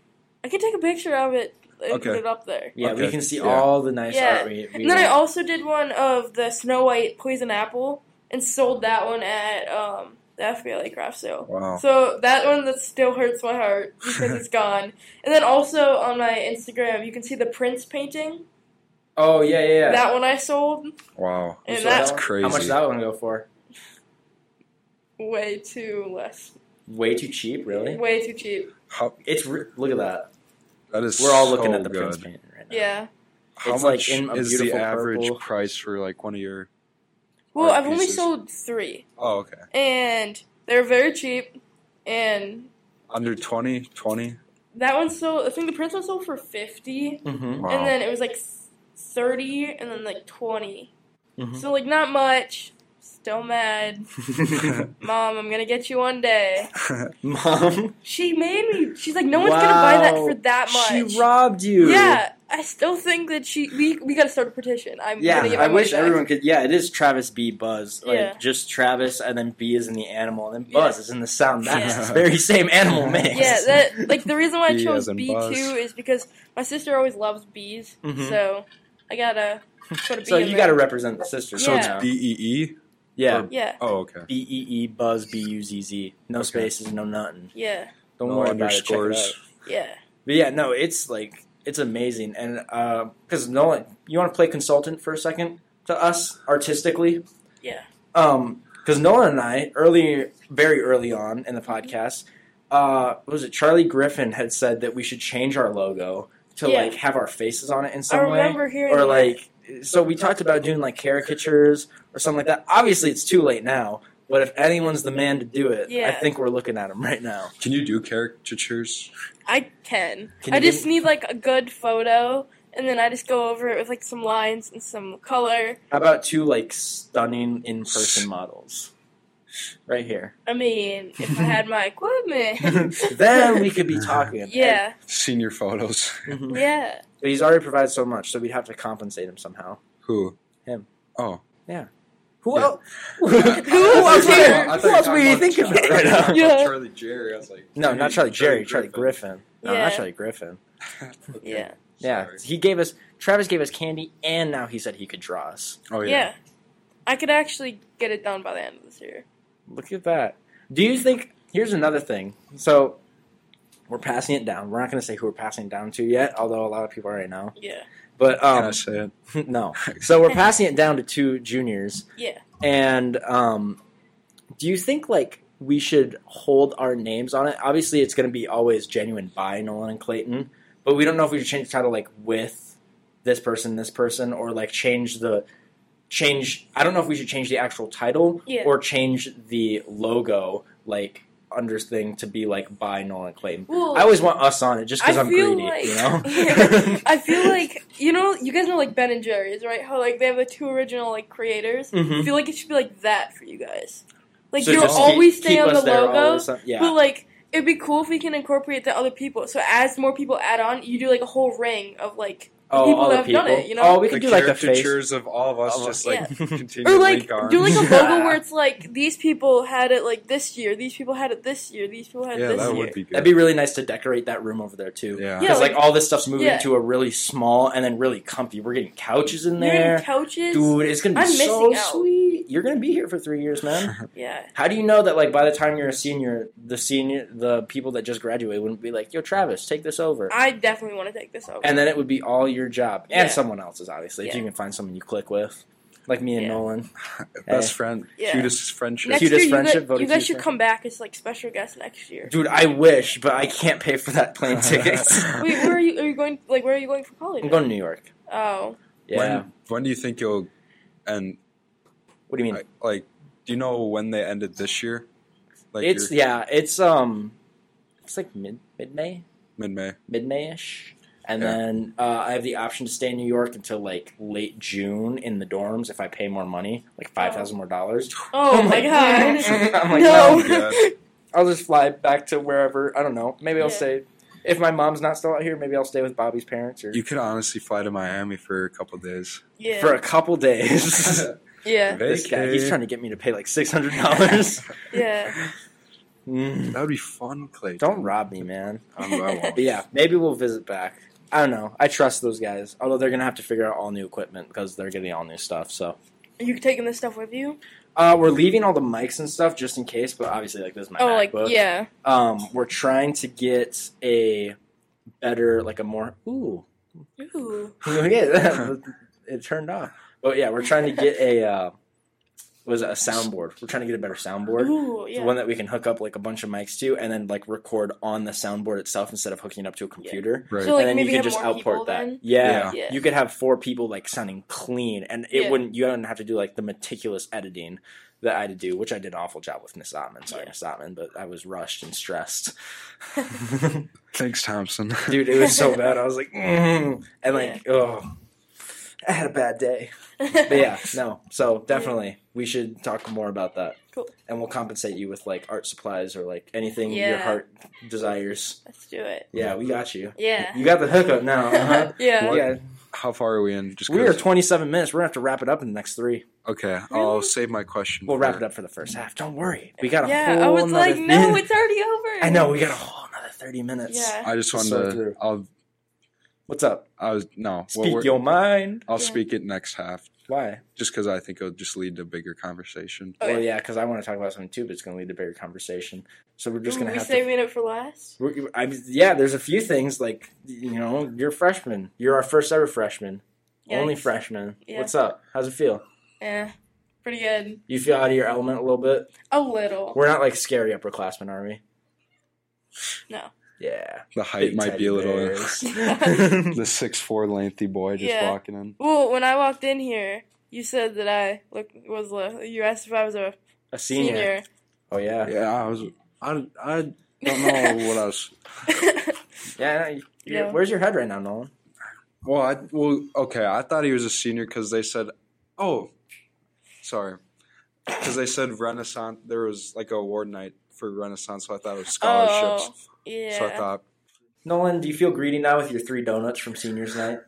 C: I could take a picture of it and put
A: Okay. uh,
C: it up there.
B: Yeah, we
A: Okay.
B: can see
A: Yeah.
B: all the nice
C: Yeah.
B: art. We, we
C: And then I
B: want.
C: also did one of the Snow White poison apple, and sold that one at um, the FBLA craft sale.
A: wow.
C: So that one that still hurts my heart because it's gone. And then also on my Instagram, you can see the Prince painting.
B: Oh yeah, yeah. yeah.
C: That one I sold
A: Wow.
C: And
B: So
C: that's
B: that one-
A: crazy.
B: How much does that one go for?
C: way too less,
B: Way too cheap, really.
C: way too cheap.
A: How,
B: It's re- look at that.
A: that is
B: We're all looking
A: so
B: at the
A: good.
B: Prince painting right now.
C: Yeah.
A: How
B: It's, like,
A: much
B: in a
A: is the
B: beautiful
A: average
B: purple.
A: price for like one of your
C: Well,
A: art
C: I've only
A: pieces?
C: sold three,
A: Oh, okay.
C: and they're very cheap. And
A: Under 20, 20?
C: that one sold. I think the Prince one sold for 50
B: Mm-hmm.
A: Wow.
C: and then it was like s- thirty, and then like 20
B: Mhm.
C: So like not much. Still mad, mom. I'm gonna get you one day.
B: Mom,
C: She made me. She's like, no one's gonna buy that
B: Wow.
C: for that
B: *laughs*
C: much.
B: she robbed you.
C: Yeah, I still think that she. We we gotta start a petition. I'm
B: Yeah,
C: Gonna get my
B: I
C: money
B: wish
C: back.
B: everyone could. Yeah, it is Travis B. Buzz. Like
C: Yeah.
B: just Travis, and then B is in the animal, and then Buzz
C: Yeah.
B: is in the sound. That's
A: Yeah.
B: the very same animal makes.
C: Yeah, that like the reason why I
A: Bee
C: chose
A: as in
C: B two
A: buzz.
C: is because my sister always loves bees,
B: Mhm.
C: so I gotta put a bee.
B: so
C: in
B: you
C: there.
B: got to represent the sisters.
A: *laughs* So
C: Yeah.
A: it's B E E?
B: yeah,
C: Yeah,
A: Oh, okay.
B: B E E Buzz B U Z Z. No
A: Okay.
B: spaces, no nothing.
C: yeah,
B: Don't
A: No
B: worry about it. Check it out.
A: underscores.
C: yeah,
B: But yeah, no, it's like it's amazing, and because Nolan, you want to play consultant for a second to us artistically,
C: yeah.
B: because Nolan and I early, very early on in the podcast, uh, what was it Charlie Griffin had said that we should change our logo to
C: Yeah.
B: like have our faces on it in
C: I
B: some way,
C: remember hearing
B: or
C: that.
B: like so we talked about doing like caricatures or something like that. Obviously, it's too late now, but if anyone's the man to do it, I
C: Yeah.
B: think we're looking at him right now.
A: Can you do caricatures?
C: I can.
B: Can
C: I
B: you
C: just
B: give-
C: need like a good photo, and then I just go over it with like some lines and some color.
B: How about two like stunning in person models? Right here.
C: I mean, if I
B: *laughs*
C: had my equipment,
B: then
C: *laughs*
B: we *laughs* could be talking.
C: yeah,
A: Senior photos. *laughs*
B: Mhm.
C: yeah.
B: But he's already provided so much, so we'd have to compensate him somehow.
A: Who?
B: Him.
A: Oh.
B: Who
A: Yeah.
B: else? *laughs*
A: *laughs*
B: Who
C: Who
B: else
C: else
B: were
C: here?
B: you- who else were you thinking about right *laughs* now?
C: Yeah.
A: Charlie Jerry. I was like,
B: No, not Charlie Jerry, Charlie Griffin. No,
C: Yeah.
B: not Charlie Griffin.
A: *laughs*
C: Yeah.
B: Yeah.
A: Sorry.
B: He gave us Travis gave us candy and now he said he could draw us.
A: Oh
C: yeah,
A: yeah.
C: I could actually get it done by the end of this year.
B: Look at that. Do you think? Here's another thing. So, we're passing it down. We're not going to say who we're passing it down to yet, although a lot of people already know.
C: Yeah,
B: But
A: Can I
B: um,
A: say it?
B: *laughs* no. So we're passing it down to two juniors,
C: yeah.
B: and um, do you think like we should hold our names on it? Obviously, it's going to be always genuine by Nolan and Clayton, but we don't know if we should change the title like with this person, this person, or like change the change. I don't know if we should change the actual title
C: Yeah.
B: or change the logo, like under thing to be like by Nolan and Clayton.
C: Well,
B: I always want us on it just because
C: I
B: I'm
C: feel
B: greedy, you know. *laughs*
C: like- *laughs* I feel like you know, you guys know like Ben and Jerry's, right? How like they have the two original like creators.
B: Mhm.
C: I feel like it should be like that for you guys. Like
B: So
C: you'll
B: just keep-
C: always
B: keep
C: stay on
B: us
C: the
B: there
C: logo,
B: always, uh, yeah.
C: but like it'd be cool if we can incorporate the other people. So as more people add on, you do like a whole ring of like
B: Oh,
C: people
B: all
C: that
B: the
C: have
B: people.
C: done it, you know?
B: Oh, we could
A: the
B: do like the face.
A: caricatures of all of us
B: All of
A: just
B: us.
A: like
B: Yeah.
A: *laughs* continue
C: Or
A: to
C: like
A: link arms. *laughs*
B: *laughs*
C: do like a
B: Yeah.
C: logo where it's like these people had it like this year, these people had it this year, these people had
A: yeah,
C: it this
A: that
C: year.
A: would be good.
B: That'd be really nice to decorate that room over there too.
A: yeah.
C: Yeah.
B: Because like, all this stuff's moving
C: Yeah.
B: to a really small and then really comfy. We're getting couches in
C: You're in
B: there,
C: couches.
B: dude. It's gonna be
C: I'm
B: so
C: missing out.
B: sweet. You're gonna be here for three years, man.
C: Yeah.
B: How do you know that like by the time you're a senior, the senior, the people that just graduated wouldn't be like, "Yo, Travis, take this over,"
C: I definitely want to take this over.
B: and then it would be all your job and
C: Yeah.
B: someone else's, obviously, if
C: Yeah.
B: you can find someone you click with, like me and
C: Yeah.
B: Nolan.
A: Best friend,
C: Yeah.
A: cutest friendship.
C: next
B: cutest
C: year,
B: friendship,
C: you guys,
B: voted
C: you guys
B: cutest
C: should
B: friend.
C: come back as like special guests next year.
B: Dude, I wish, but I can't pay for
A: *laughs*
B: that plane ticket.
C: Wait, where are you? Are you going? Like, where are you going for college?
B: *laughs* I'm going to New York.
C: Oh,
B: Yeah.
A: When when do you think you'll and
B: what do you mean?
A: like, like do you know when they ended this year? Like
B: it's
A: your-
B: yeah, it's um, it's like mid mid May,
A: mid-May.
B: mid May ish, and
A: Yeah.
B: then uh, I have the option to stay in New York until like late June in the dorms if I pay more money, like five thousand more dollars. *laughs*
C: oh
B: I'm
C: my
B: like,
C: god!
B: I'm like,
C: no,
B: no,
C: *laughs*
B: I'll just fly back to wherever. I don't know. Maybe I'll
C: Yeah.
B: stay. If my mom's not still out here, maybe I'll stay with Bobby's parents or
A: You could honestly fly to Miami for a couple days.
C: yeah,
B: for a
A: *laughs*
B: couple days.
C: yeah,
B: this guy, he's
A: Vacay.
B: trying to get me to pay like six *laughs* hundred dollars.
A: *laughs*
C: yeah.
A: That would be fun, Clay.
B: Don't rob me, man.
A: I don't know,
B: *laughs*
A: I won't.
B: But yeah, maybe we'll visit back. I don't know. I trust those guys. Although they're gonna have to figure out all new equipment because they're getting all new stuff. So
C: Are you taking this stuff with you?
B: uh, we're leaving all the mics and stuff just in case. But obviously, like this is my
C: oh, like
B: MacBook.
C: yeah,
B: Um, we're trying to get a better, like a more ooh, *laughs*
C: Ooh.
B: yeah, it turned off. But yeah, we're trying to get a uh, was it a soundboard? We're trying to get a better soundboard.
C: Ooh,
B: The
C: yeah.
B: one that we can hook up like a bunch of mics to, and then like record on the soundboard itself instead of hooking it up to a computer.
A: Right.
C: So like
B: and then
C: maybe
B: you could
C: have
B: just
C: more people
B: outport that.
C: then.
B: Yeah.
A: Yeah.
C: Yeah.
B: you could have four people like sounding clean, and it
C: Yeah.
B: wouldn't. You wouldn't have to do like the meticulous editing that I had to do, which I did an awful job with Miss Ottman. Sorry,
C: Yeah.
B: Miss Ottman, but I was rushed and stressed.
C: *laughs*
A: Thanks, Thompson.
B: Dude, it was so bad. I was like, *laughs* mm, and like, oh, I had a bad day. *laughs* But yeah, no. So definitely, we should talk more about that.
C: Cool.
B: And we'll compensate you with like art supplies or like anything your
C: Yeah.
B: heart desires.
C: *laughs* Let's do it.
B: Yeah, we got you.
C: Yeah.
B: You got the hookup
C: *laughs*
B: now. *laughs* Uh-huh.
C: yeah.
A: What?
B: Yeah,
A: *laughs* How far are we in? Just
B: we are
A: 'cause-
B: 27 minutes. We're gonna have to wrap it up in the next three.
A: okay. I'll
C: Really?
A: save my question.
B: We'll wrap
A: for-
B: it up for the first half. Don't worry, we got a
C: Yeah, I
B: whole.
C: was
B: another- *laughs*
C: like, no, it's already over.
B: I know we got a whole another 30 minutes.
C: Yeah.
A: I just
B: Let's
A: wanted
B: sort
A: to.
B: through.
A: I'll.
B: What's up?
A: I was no.
B: Speak
A: Well, we're-
B: your mind.
A: I'll
C: Yeah.
A: speak it next half,
B: Why?
A: just because I think it'll just lead to bigger conversation.
C: Okay.
B: Well, yeah, because I want to talk about something too, but it's gonna lead to bigger conversation. So we're just
C: Ooh,
B: gonna
C: we
B: have to.
C: saving it for last.
B: We're- I mean, yeah, there's a few things like you know, you're a freshman. You're our first ever freshman. Only
C: Yikes.
B: freshman.
C: Yeah.
B: What's up? How's it feel?
C: Yeah, pretty good.
B: You feel out of your element a little bit.
C: A little.
B: We're not like scary upperclassmen, are we?
C: No.
B: Yeah.
A: The height
B: Big
A: might
B: teddy
A: be a little. *laughs*
B: bears.
C: *laughs*
A: the six four lengthy boy just
C: Yeah.
A: walking in.
C: Well, when I walked in here, you said that I look was a, you asked if I was a
B: a senior.
C: senior.
B: Oh yeah.
A: Yeah, I was. I I don't *laughs* know what I was.
C: *laughs*
B: Yeah. no, you- you're-
C: Yeah.
B: Where's your head right now, Nolan?
A: Well, I well okay. I thought he was a senior because they said, oh, sorry, because they said Renaissance. There was like a award night for Renaissance, so I thought it was scholarships.
C: Oh, yeah.
A: So I thought
B: Nolan, do you feel greedy now with your three donuts from seniors night?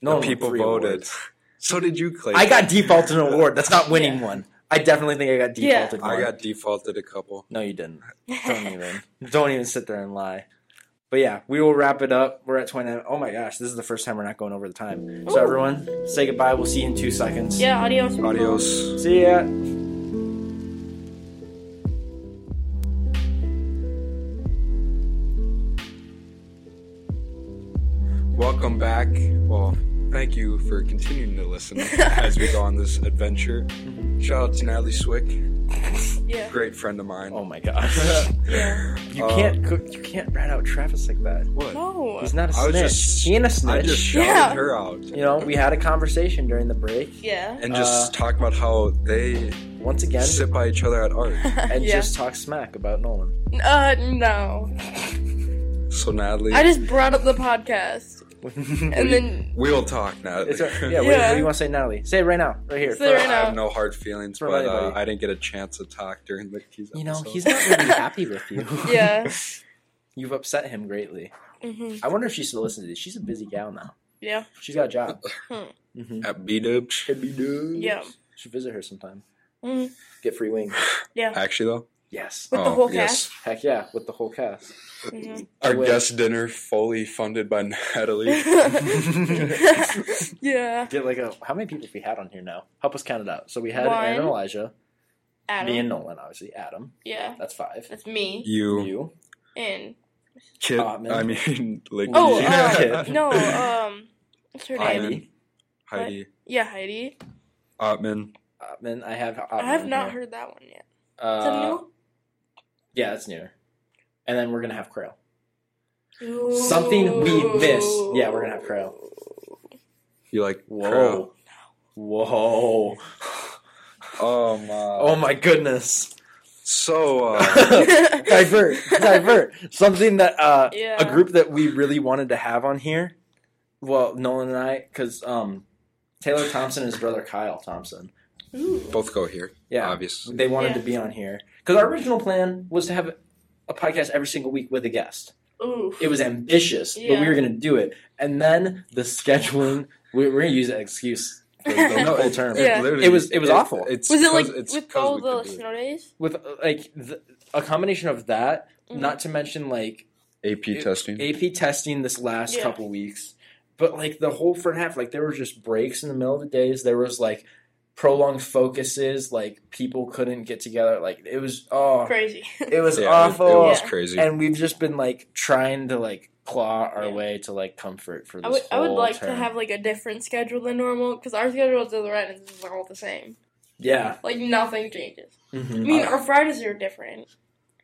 A: the
B: won
A: people
B: three
A: voted.
B: awards.
A: So did you, Clay?
B: I got defaulted an award. That's not winning one. I definitely think I got
C: Yeah.
B: defaulted. One.
A: I got defaulted a couple.
B: No, you didn't. Don't even. Don't even sit there and lie. But yeah, we will wrap it up. We're at 29. Oh my gosh, this is the first time we're not going over the time. So
C: Ooh.
B: everyone, say goodbye. We'll see you in two seconds.
C: *laughs* yeah, adios. people.
A: Adios.
B: See ya.
A: Welcome back. Well, thank you for continuing to listen
C: *laughs*
A: as we go on this adventure. Shout out to Natalie Swick,
C: Yeah.
A: great friend of mine.
B: Oh my gosh.
C: *laughs* Yeah.
B: You
A: Uh,
B: can't cook. You can't rat out Travis like that.
A: What?
C: No.
B: He's not a
A: I was
B: snitch.
A: just-
B: he ain't a
A: I
B: snitch.
A: just shouted
C: Yeah.
A: her out.
B: you know, we had a conversation during the break
C: Yeah.
B: Uh,
A: and just talk about how they
B: once again,
A: sit by each other at art.
B: and
C: *laughs* yeah.
B: just talk smack about Nolan.
C: Uh, no.
A: So Natalie,
C: I just brought up the podcast,
B: It's *laughs*
C: and then
A: we'll talk, Natalie. *laughs*
B: a- yeah, What, what
C: Yeah.
B: do you want to say, Natalie? Say it right now, right here.
C: Say it
A: I
C: right now.
A: have no hard feelings,
B: For
A: but uh,
B: anybody.
A: I didn't get a chance to talk during the keys. *laughs*
B: *laughs* You know,
A: episode.
B: he's not really happy with you.
C: yeah,
B: You've upset him greatly.
C: hmm
B: I wonder if she still listens to this. She's a busy gal now.
C: Yeah.
B: She's got a
C: *laughs*
B: job.
C: Hmm.
B: mm-hmm.
A: At B Dubs.
B: Could be dude.
C: Yeah.
B: Should visit her sometime.
C: hmm
B: Get free wings.
C: Yeah.
A: Actually, though. Oh,
B: Yes.
C: With the whole
B: Heck yeah, with the whole cast.
C: Mhm.
A: Our
B: With-
A: guest dinner fully funded by *laughs*
B: *laughs*
A: Natalie.
C: Mm-hmm. *laughs* yeah.
B: Get like a how many people have we had on here now? Help us count it out. So we had
C: One.
B: Aaron and Elijah,
C: Adam.
B: me and Nolan, obviously. Adam,
C: yeah.
B: that's five.
C: That's me.
A: you,
B: You,
C: And
A: kid.
B: Ottman.
A: I mean, *laughs* like
C: oh,
B: Yeah.
C: uh, no. Um, what's her name?
A: Hyman.
B: Heidi,
A: *laughs* Heidi,
C: Yeah, Heidi.
A: Ottman.
B: Ottman. I have. Ottman
C: I have not
B: here.
C: heard that one yet. Is
B: Uh,
C: that
B: Yeah, that's newer. And then we're gonna have Krail.
C: new? Ooh.
B: Something we missed. Yeah, we're gonna have Krail.
A: You like Crow.
B: Whoa. Whoa.
A: Oh my.
B: Oh my goodness.
A: So
B: *laughs*
A: uh,
B: divert, divert. Something that uh,
C: Yeah.
B: a group that we really wanted to have on here. Well, Nolan and I, because um, Taylor Thompson and his brother Kyle Thompson.
C: *laughs* Ooh.
A: both go here.
B: Yeah,
A: obviously.
B: they wanted
C: Yeah.
B: to be on here because our original plan was to have a podcast every single week with a guest.
C: Ooh.
B: It was ambitious, but we
C: Yeah.
B: were going to do it. And then the scheduling, we, we're going to use that excuse
C: *laughs*
B: for the
A: No,
B: full
A: it-
B: term.
C: Yeah.
A: literally-
B: It was- it was awful.
A: It's
C: Was it like
A: 'cause- it's
C: with
A: 'cause
C: all
A: we
C: the
A: could do it.
C: snow days?
B: With uh, like the, a combination of that,
C: Mhm.
B: not to mention like
A: AP
B: it-
A: testing?
B: AP testing this last
C: Yeah.
B: couple weeks, but like the whole front half, like there were just breaks in the middle of the days. There was like prolonged focuses, like people couldn't get together. Like it was oh,
C: *laughs* Crazy.
B: it was
A: Yeah,
B: awful.
A: It, it was
C: Yeah.
A: crazy.
B: And we've just been like trying to like claw our
C: Yeah.
B: way to like comfort for this.
C: *laughs* I would I would
B: whole
C: like to
B: term.
C: have like a different schedule than normal because our schedule to the right is all the same.
B: yeah.
C: Like nothing changes.
B: Mhm.
C: I mean, our Fridays are different.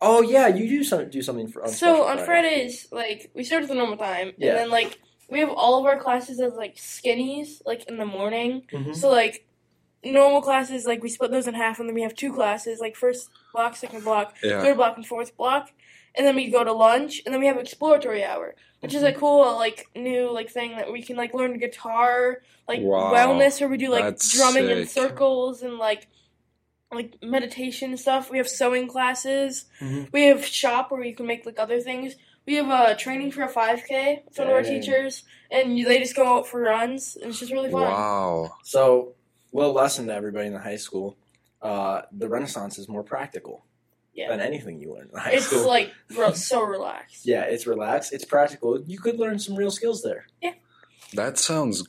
B: oh yeah, you do some do something for on
C: so
B: Special
C: on
B: Friday.
C: Fridays, like we start at the normal time,
B: Yeah.
C: and then like we have all of our classes as like skinnies, like in the morning.
A: Hmm?
B: Mhm.
C: So like normal classes, like we split those in half, and then we have two classes, like first block, second block,
A: yeah.
C: third block, and fourth block. And then we go to lunch, and then we have exploratory hour, which is a
A: Hmm.
C: cool like new like thing that we can like learn guitar, like
A: Wow.
C: wellness, where we do like
A: That's
C: drumming in
A: sick.
C: circles and like like meditation and stuff. We have sewing classes.
A: Hmm?
B: Mhm.
C: We have shop where you can make like other things. We have uh, training for a 5K with one of our
B: Dang.
C: teachers, and you, they just go out for runs, and it's just really fun.
A: Wow.
B: So, little lesson to everybody in the high school: uh, the Renaissance is more practical
C: Yeah.
B: than anything you learn in high
C: It's
B: school. *laughs*
C: like re- so relaxed.
B: Yeah, it's relaxed. It's practical. You could learn some real skills there.
A: That sounds.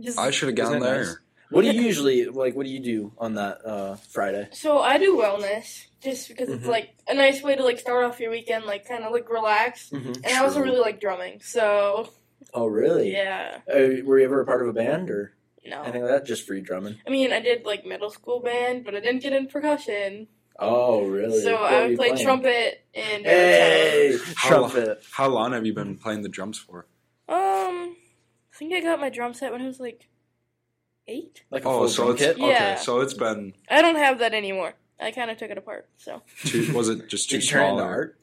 C: Just-
A: I should have gone
B: Isn't that
A: there.
B: nice?
A: *laughs*
B: What do you usually like? What do you do on that uh, Friday?
C: so I do wellness just because it's
B: Mhm.
C: like a nice way to like start off your weekend, like kind of like relaxed.
B: Mm-hmm.
C: And I also
A: True.
C: really like drumming, so
B: Oh, really?
C: yeah,
B: Uh, were you ever a part of a band or
C: no.
B: anything like that? Just free drumming.
C: I mean, I did like middle school band, but I didn't get in percussion.
B: Oh, really?
C: So
B: What
C: I
B: were
C: would
B: you
C: play
B: playing?
C: trumpet and uh,
B: Hey,
A: How-
B: trumpet.
A: How long have you been playing the drums for?
C: Um, I think I got my drum set when I was like eight.
B: Like a
A: Oh,
B: full
A: so
B: drum
A: it's
B: kit.
C: Yeah.
A: okay. So it's been.
C: I don't have that anymore. I kind of took it apart, so *laughs*
A: Too, was it just too
B: Did you turn it
A: small?
B: into
A: or-
B: art?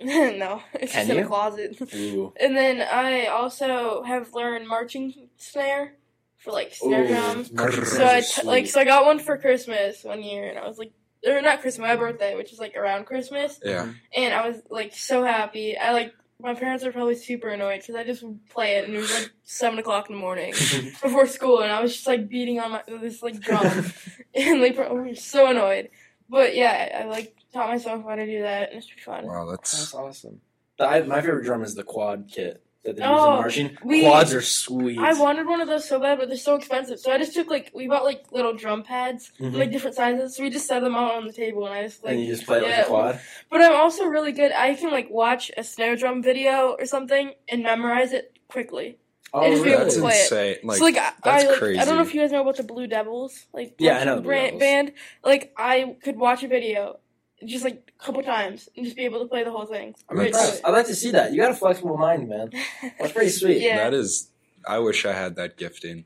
C: no, it's
B: Can
C: just in
B: you?
C: a closet.
B: Ooh.
C: And then I also have learned marching snare for like snare drum. So I t- like so I got one for Christmas one year, and I was like, or not Christmas, my birthday, which is like around Christmas,
A: Yeah.
C: and I was like so happy. I like my parents are probably super annoyed because I just would play it, and it was like seven o'clock in the morning before school, and I was just like beating on my this like drum, *laughs* and they probably were *laughs* so annoyed. But yeah, I, I like taught myself how to do that, and it's pretty fun.
A: Wow,
B: That's
A: that's.
B: awesome. The, I, my favorite drum is the quad kit that they use in
C: Oh,
B: marching.
C: we-
B: Quads are sweet.
C: I wanted one of those so bad, but they're so expensive. So I just took like we bought like little drum pads,
B: Mhm.
C: like different sizes. So we just set them out on the table, and I just like.
B: and you just play it like
C: yeah.
B: a quad.
C: But I'm also really good. I can like watch a snare drum video or something and memorize it quickly.
B: Oh,
C: just be able to
A: That's
B: really?
C: play it.
A: insane. Like,
C: so like I,
A: that's
C: I, like,
A: crazy.
C: I don't know if you guys know about the Blue Devils, like
B: Yeah, I know the Blue
C: bra-
B: Devils.
C: band. Like I could watch a video just like a couple times and just be able to play the whole thing.
B: I'm
A: That's-
B: impressed. I'd like to see that. You got a flexible mind, man.
C: *laughs*
B: That's pretty sweet.
C: Yeah.
A: that is. I wish I had that gifting.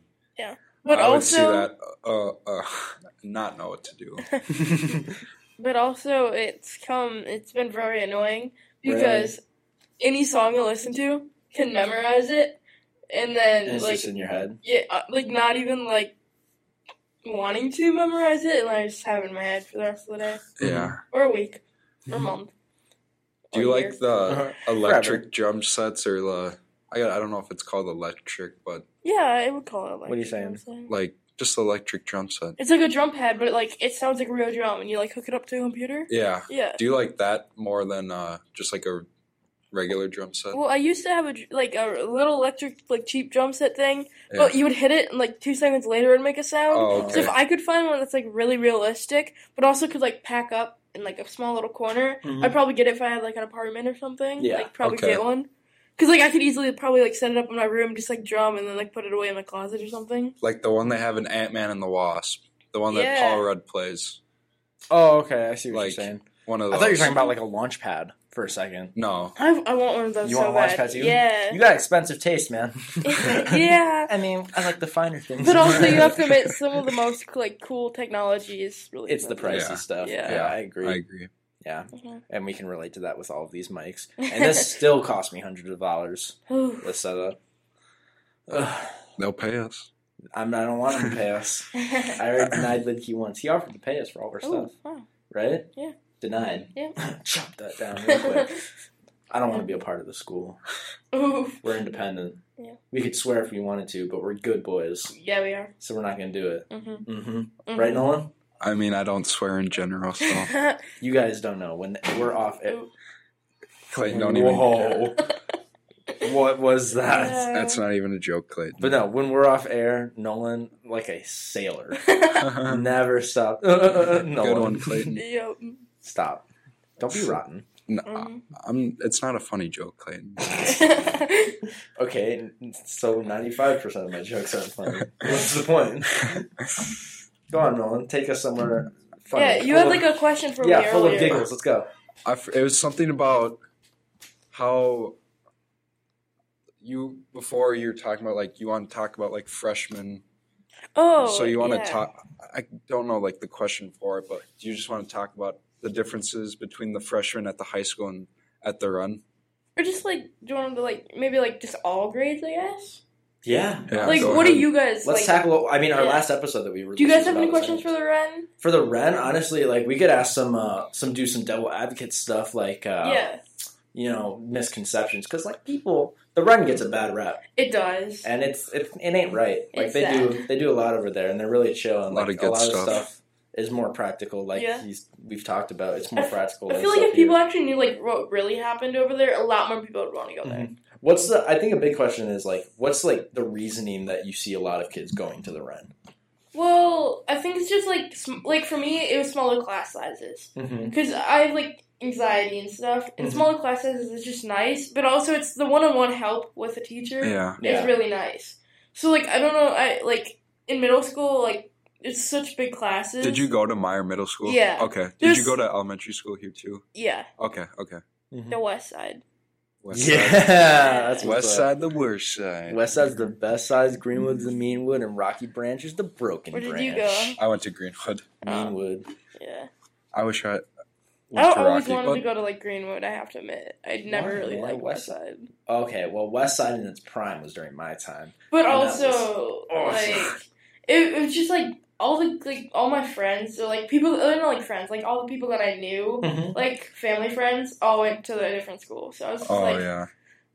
C: but
A: I would see
C: also,
A: that. Uh, uh, *laughs* not know what to
C: *laughs*
A: do.
C: But also, it's come. It's been very annoying because any song you listen to can memorize it, and then
B: And it's
C: like
B: just in your head.
C: yeah, uh, like not even like wanting to
A: *laughs*
C: memorize it, and I just have it in my head for the rest of the day
B: Mm-hmm.
A: Yeah.
C: or a week or a month.
A: Do you
C: all
A: like
C: year.
A: the
B: Uh-huh.
A: electric drum sets or the? I got. I don't know if it's called electric, but
C: Yeah, I would call it. Like,
B: What are you saying?
A: like just electric drum set.
C: It's like a drum pad, but like it sounds like a real drum, and you like hook it up to a computer.
A: Yeah.
C: Yeah.
A: Do you like that more than uh, just like a regular drum set?
C: Well, I used to have a dr- like a little electric like cheap drum set thing,
A: Yeah.
C: but you would hit it, and like two seconds later, it would make a sound.
A: oh,
C: So
A: okay.
C: if I could find one that's like really realistic, but also could like pack up in like a small little corner,
B: Mhm.
C: I'd probably get it if I had like an apartment or something.
B: Yeah,
C: like probably
A: okay.
C: get one. Cause like I could easily probably like set it up in my room, just like drum, and then like put it away in my closet or something.
A: like the one they have in Ant Man and the Wasp, the one that
C: Yeah.
A: Paul Rudd plays.
B: Oh, okay. I see what
A: Like,
B: you're saying.
A: One of
B: I
A: those.
B: thought you were talking about like a launch pad for a second.
A: No.
C: I, I want one of those
B: You
C: so
B: want a launch
C: bad.
B: pad too? You
C: Yeah,
B: got expensive taste, man.
C: *laughs*
B: *laughs*
C: yeah.
B: I mean, I like the finer things. *laughs*
C: But also, you have to admit some of the most like cool technology is really
B: It's the pricey
A: Yeah.
B: stuff.
C: Yeah.
B: Yeah, I agree.
A: I agree.
B: yeah,
C: Mhm.
B: and we can relate to that with all of these
C: *laughs*
B: mics. And this still cost me hundreds of dollars.
C: Ooh.
B: The setup. Ugh,
A: They'll pay us.
B: I'm, I don't want him to *laughs* pay us.
C: *laughs*
B: I already denied Lidkey once. He offered to pay us for all our
C: Ooh,
B: stuff,
C: wow.
B: right?
C: Yeah.
B: Denied.
C: Yeah.
B: *laughs* Chop that down real
C: *laughs*
B: quick. I don't want to be a part of the school.
C: Ooh.
B: We're independent.
C: Yeah.
B: We could swear if we wanted to, but we're good boys,
C: Yeah, we are.
B: so we're not going to do it.
C: Mm-hmm.
B: Mm-hmm. Right, Nolan?
A: I mean, I don't swear in general, so
C: *laughs*
B: You guys don't know when we're off. It.
A: Clayton don't even.
B: Whoa.
C: *laughs*
B: what was that?
C: Yeah.
A: That's not even a joke, Clayton.
B: But no, when we're off air, Nolan like a sailor,
A: *laughs*
B: *laughs* never stop.
A: Uh-huh. Good
B: *laughs* Nolan.
A: one,
C: *laughs*
A: Clayton.
C: Yep. mm-hmm.
B: Stop. Don't be
C: *laughs*
B: rotten. Ah.
A: No,
C: Mhm.
A: I'm. It's not a funny joke, Clayton.
B: Okay, so ninety-five percent of my jokes aren't funny. What's
A: *laughs*
B: the point? Go on, Nolan. Take us somewhere funny.
C: yeah, you
B: Full
C: had
B: of-
C: like a question for me
B: yeah, full
C: earlier.
B: of giggles. Let's go.
A: I f it was something about how you before you were talking about like you want to talk about like freshmen.
C: Oh,
A: so you want
C: yeah.
A: to talk? I don't know like the question for it, but do you just want to talk about the differences between the freshmen at the high school and at the run?
C: or just like do you want to like maybe like just all grades? I guess.
B: Yeah.
A: Yeah,
C: like,
A: go
C: what
A: ahead.
C: do you guys
B: Let's
C: like?
B: tackle. I mean, our
C: yeah.
B: last episode that we were.
C: Do you guys have any questions for the run?
B: for the Ren? Honestly, like we could ask some, uh, some do some devil advocate stuff, like uh,
C: yeah,
B: you know misconceptions, because like people, the Ren gets a bad rap.
C: it does.
B: and it's it, it ain't right. Like
C: It's
B: they do they do a lot over there, and they're really chill. And
A: A lot
B: like
A: of good
B: a lot
A: stuff.
B: of stuff is more practical. Like
C: Yeah.
B: he's, we've talked about, it's more
C: I f-
B: practical.
C: I
B: than
C: feel like
B: stuff
C: if people
B: here.
C: actually knew like what really happened over there, a lot more people would want to go there.
B: Mm-hmm. what's the? I think a big question is like, what's like the reasoning that you see a lot of kids going to the Ren?
C: Well, I think it's just like sm- like for me, it was smaller class sizes
B: Mm-hmm.
C: because I have like anxiety and stuff,
A: Mm-hmm.
C: and
B: Mhm.
C: smaller class sizes is just nice. But also, it's the one-on-one help with a teacher
A: Yeah,
B: Yeah.
C: is really nice. So like I don't know, I like in middle school like it's such big classes.
A: did you go to Meyer Middle School?
C: Yeah.
A: Okay. Did you
C: There's-
A: go to elementary school here too?
C: Yeah,
A: Okay. Okay. Mm-hmm.
C: the West Side.
A: West
B: Yeah,
A: Side. *laughs*
B: that's what's
A: West
B: up.
A: Side, the worst side.
B: West Side's the best size. Greenwood's the mean wood, and Rocky Branch is the broken
C: Where did
B: branch.
C: you go?
A: I went to Greenwood.
C: Um,
B: Meanwood.
C: Yeah.
A: I wish I.
C: I
A: went to
C: always
A: Rocky.
C: wanted
A: Well,
C: to go to like Greenwood. I have to admit, I never
B: Why,
C: really
B: man?
C: liked
B: West-
C: West Side.
B: Okay, well, West Side in its prime was during my time.
C: But
B: And that
C: also,
B: was awesome.
C: like, it, it was just like all the like all my friends, so like people, uh, not like friends, like all the people that I knew, like family friends, all went to a different school. So I was just
A: Oh
C: like,
A: yeah.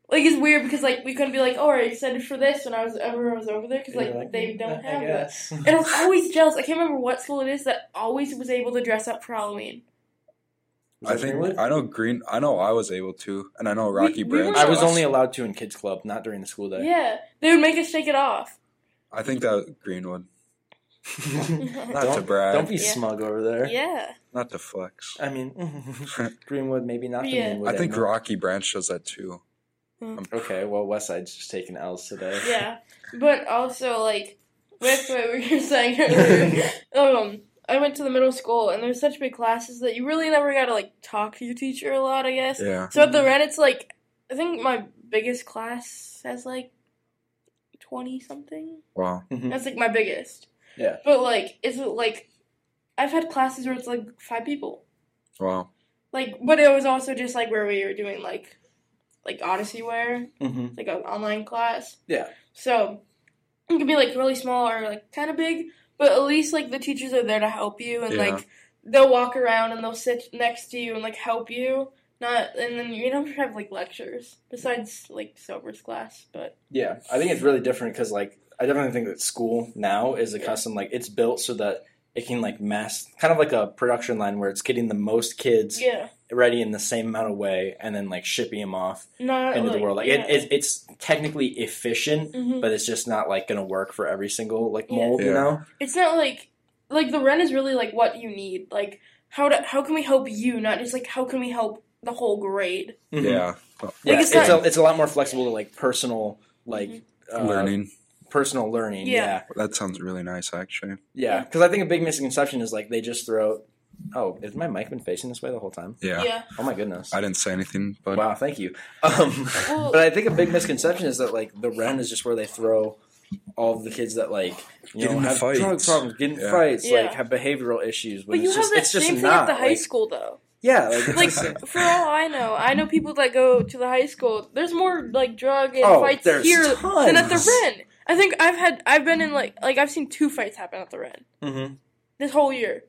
C: like it's weird because like we couldn't be like, oh, are you excited for this when I was ever I was over there because like, they don't have that.
B: *laughs*
C: And I was always jealous. I can't remember what school it is that always was able to dress up for Halloween.
B: Was
A: I
B: that
A: think
B: Greenwood?
A: I know Green. I know I was able to, and I know Rocky
C: we
A: Branch.
C: were-
B: I was
A: was.
B: only allowed to in kids club, not during the school day.
C: Yeah, they would make us take it off.
A: I think that Greenwood. Not to
B: Don't-
A: brag.
B: *laughs* Don't be
C: Yeah.
B: smug over there.
C: *laughs* yeah.
A: Not to flex.
B: I mean, *laughs* Greenwood maybe not the
C: Yeah.
B: Greenwood.
A: I think
B: anymore.
A: Rocky Branch does that too.
C: Hmm.
A: Um,
B: Okay, well, West Side's just taking L's today.
C: yeah, but also like with what we were saying earlier, um, I went to the middle school and there's such big classes that you really never got to like talk to your teacher a lot, I guess.
A: Yeah.
C: So at the red, it's like I think my biggest class has like twenty something.
A: Wow.
C: That's like my biggest.
B: Yeah.
C: But like, is it like I've had classes where it's like five people.
A: Wow.
C: Like, but it was also just like where we were doing like like Odyssey wear
B: Mhm.
C: like an online class.
B: Yeah.
C: So it could be like really small or like kind of big, but at least like the teachers are there to help you and
A: Yeah.
C: like they'll walk around and they'll sit next to you and like help you. Not and then you don't have like lectures besides like sober's class, but
B: Yeah, I think it's really different because like I definitely think that school now is accustomed like it's built so that it can like mass kind of like a production line where it's getting the most kids
C: yeah,
B: ready in the same amount of way and then like shipping them off
C: not
B: into
C: Oh, like,
B: the world. Like
C: yeah.
B: it, it, it's technically efficient,
C: Mhm.
B: but it's just not like going to work for every single like
C: Yeah.
B: mold, you
A: Yeah.
B: know?
C: it's not like like the rent is really like what you need. Like how do, how can we help you? Not just like how can we help the whole grade.
B: Mhm.
A: Yeah,
B: yeah.
C: Like,
B: it's,
C: it's
B: a
C: not-
B: it's a lot more flexible to like personal like uh,
A: learning.
B: personal learning.
C: Mm-hmm. Yeah.
B: yeah.
A: That sounds really nice, actually.
B: Yeah,
C: Yeah.
B: because I think a big misconception is like they just throw. Oh, has my mic been facing this way the whole time?
A: Yeah,
B: *laughs*
C: yeah.
B: Oh my goodness!
A: I didn't say anything, but
B: wow, thank you. Um, *laughs*
C: Well-
B: but I think a big misconception is that like the Ren is just where they throw all of the kids that like you
A: Get
B: know
A: into
B: have
A: fights.
B: drug problems, get in
A: Yeah.
B: fights,
C: Yeah.
B: like have behavioral issues. When
C: But you
B: it's
C: have
B: just,
C: that
B: it's just
C: same thing
B: not,
C: at the high
B: like-
C: school though.
B: Yeah, like, it's
C: *laughs*
B: *laughs*
C: Like
B: just-
C: for all I know, I know people that go to the high school. There's more like drug and
B: Oh,
C: fights
B: there's
C: here than at
B: tons.
C: the Ren. I think I've had I've been in like like I've seen two fights happen at the Ren
B: Mhm.
C: this whole year.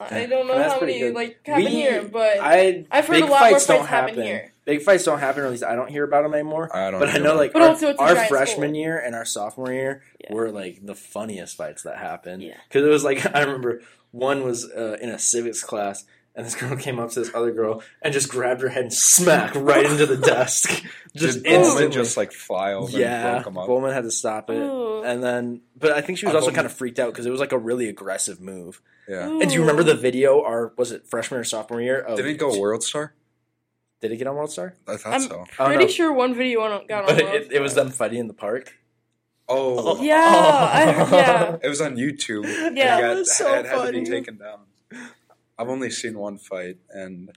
C: I
B: Yeah,
C: don't know
B: that's
C: how
B: pretty
C: many
B: good.
C: like happen
B: We-
C: here, but
B: I
C: I've heard
B: big
C: a lot more
B: fights don't
C: fights happen
B: happen.
C: here.
B: big fights don't happen, or at least I don't hear about them anymore.
A: I don't.
B: But I
A: give
B: know
A: a-
B: like
C: But
B: our,
C: also it's a
B: our
C: giant
B: freshman
C: school.
B: year and our sophomore year
C: Yeah.
B: were like the funniest fights that happened.
C: Yeah.
B: Because it was like *laughs* I remember one was uh, in a civics class and this girl came up to this other girl and just grabbed her head and smack right into the
A: *laughs*
B: desk. Just
A: did Bowman
B: instantly.
A: just like fly over
B: yeah,
A: and broke him up?
B: Bowman had to stop it.
C: Ooh.
B: And then, but I think she was
A: Uh,
B: also
A: Bowman-
B: kind of freaked out because it was like a really aggressive move.
A: yeah,
C: Ooh.
B: And do you remember the video? Our was it freshman or sophomore year? Of,
A: did it go World Star?
B: Did it get on World Star?
A: I thought
C: I'm
A: so.
B: I don't
C: pretty
B: know.
C: sure one video went on- got on.
B: But
C: upload.
B: it, *laughs* it was them fighting in the park.
A: Oh,
C: Yeah, I- yeah.
A: it was on *laughs* YouTube. It
C: Yeah,
A: got-
B: that's so
A: it had to
B: funny.
A: be taken down. I've only seen one fight, and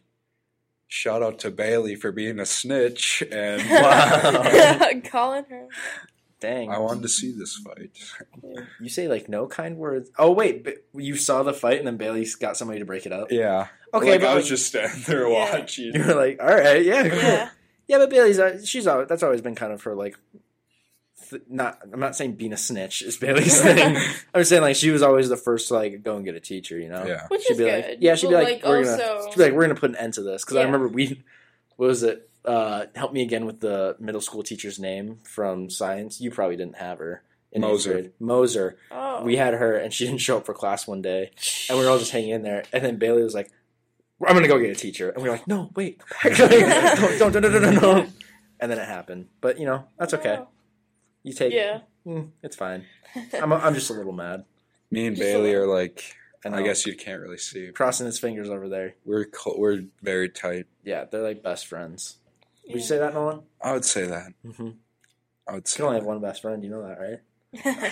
A: shout out to Bailey for being a snitch.
B: *laughs*
A: And
B: Wow.
C: *laughs* Calling her.
B: Dang.
A: I wanted to see this fight.
B: You say like no kind words. Oh wait, but you saw the fight and then Bailey got somebody to break it up.
A: Yeah,
B: Okay,
A: Like,
B: but
A: I was
B: like-
A: just standing there
C: Yeah.
A: watching.
B: *laughs* you were like, all right, yeah, *laughs* cool. yeah,
C: Yeah.
B: But Bailey's uh, she's always, that's always been kind of her like. Th- not I'm not saying being a snitch is *laughs* Bailey's thing. I'm saying like she was always the first to like go and get a teacher. You know,
A: yeah,
C: Which
B: she'd
C: is
B: be
C: good.
B: like, yeah, she'd be
C: but,
B: like, we're
C: also,
B: gonna, she'd be like, we're gonna put an end to this because I
C: Yeah.
B: remember we, what was it? Uh, help me again with the middle school teacher's name from science. You probably didn't have her. in eighth
A: Moser.
B: grade. Moser.
C: oh.
B: we had her and she didn't show up for class one day and we were all just hanging in there and then bailey was like i'm gonna go get a teacher and we were like no wait go back. *laughs* Like, don't, don't, don't, don't, don't, don't. and then it happened but you know that's okay
C: Oh,
B: you take
C: Yeah.
B: Mm, it's fine
C: *laughs*
B: I'm, I'm just a little mad
A: me and
C: Just
A: Bailey
C: a-
A: are like.
B: and
A: I guess you can't really see.
B: crossing his fingers over there
A: We're cl- we're very tight.
B: yeah they're like best friends would you
C: Yeah.
B: say that nolan
A: I would say that.
B: mm-hmm. you
A: I would say
B: can only have one best friend you know that
A: *laughs*
B: right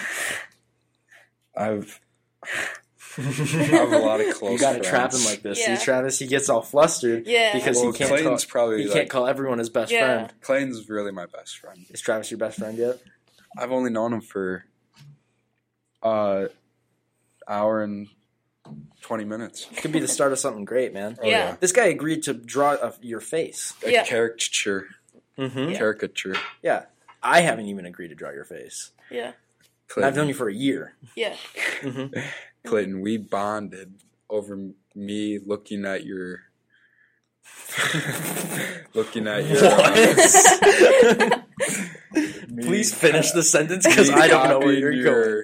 A: I've I
B: *laughs* you
A: have a lot of close.
B: gotta trap him
A: friends.
B: like this
C: Yeah.
B: see travis he gets all flustered
C: *laughs* yeah.
B: because
A: well,
B: he can't
A: Clayton's probably
B: he
A: like,
B: can't call everyone his best
C: Yeah.
B: friend
A: Clayton's really my best friend.
B: is travis your best friend yet
A: I've only known him for uh hour and twenty minutes.
B: Could be the start of something great, man.
A: Oh,
C: Yeah.
B: This guy agreed to draw a, your face.
A: A
C: Yeah.
A: caricature.
B: Mm-hmm.
A: Caricature.
B: I haven't even agreed to draw your face.
C: yeah.
B: And I've
A: Clayton,
B: known you for a year.
C: Yeah.
B: *laughs* Mm-hmm.
A: Clayton, we bonded over m- me looking at your *laughs* looking at your uh, *laughs*
B: *laughs*
A: me- *laughs*
B: Please finish the sentence
A: me
B: because I don't know where
A: copying
B: you're going.
A: your-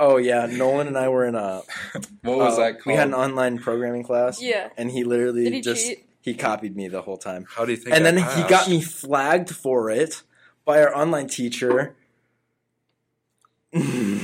B: Oh yeah, Nolan and I were in a.
A: What was
B: uh,
A: that called?
B: We had an online programming class,
C: Yeah.
B: and he literally
C: Did he
B: just
C: cheat?
B: he copied me the whole time.
A: How do you think?
B: and
A: I
B: then he
A: passed?
B: got me flagged for it by our online
C: *laughs*
B: teacher. and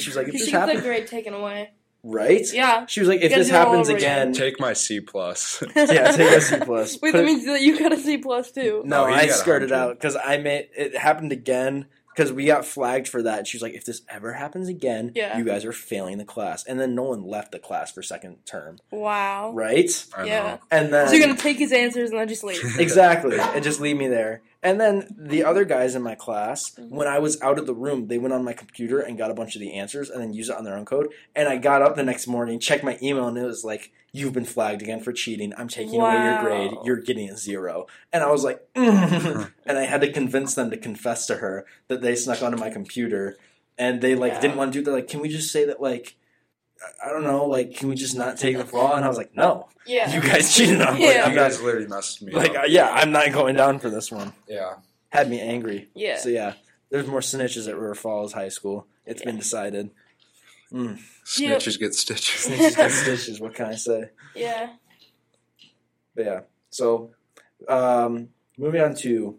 B: she was like, "If
C: You
B: this
C: should get the
B: happens,
C: grade taken away.
B: right?"
C: Yeah.
B: She was like, "If
C: You
B: this
C: gotta do it all
B: happens
C: over
B: again,
A: Take my C plus. *laughs*
B: yeah, take a
C: *laughs*
B: C plus."
C: Wait,
B: Put
C: that
B: it-
C: means that you got a C plus too.
B: no,
A: No, Oh, he
B: I
A: got
B: skirted
A: 100.
B: out because I made it happened again because we got flagged for that. And she was like, "If this ever happens again,
C: Yeah.
B: you guys are failing the class." And then Nolan left the class for second term,
C: Wow.
B: right?
A: I
C: Yeah.
B: And then
C: Oh. So you're gonna take his answers and then just leave.
A: know.
B: *laughs* exactly, and just leave me there. And then the other guys in my class,
C: Mm-hmm.
B: when I was out of the room, they went on my computer and got a bunch of the answers and then used it on their own code. And I got up the next morning, checked my email, and it was like, "You've been flagged again for cheating. I'm taking away your
C: Wow.
B: grade. You're getting a zero. And I was like, "Mm." and I had to convince them to confess to her that they snuck onto my computer, and they like
C: Yeah.
B: didn't want to do. it. They're like, "Can we just say that like?" I- I don't know, like, can we just not take the fall? And I was like, no,
C: Yeah.
B: you guys cheated on me.
C: Yeah.
A: You guys literally messed me
B: like,
A: up.
B: uh, yeah, I'm not going down for this one.
A: yeah.
B: Had me angry.
C: yeah.
B: So yeah, there's more snitches at River Falls High School. It's been decided. *laughs*
C: You know-
A: Snitches get stitches. *laughs*
B: Snitches get stitches. What can I say?
C: Yeah.
B: But yeah. So, um, moving on to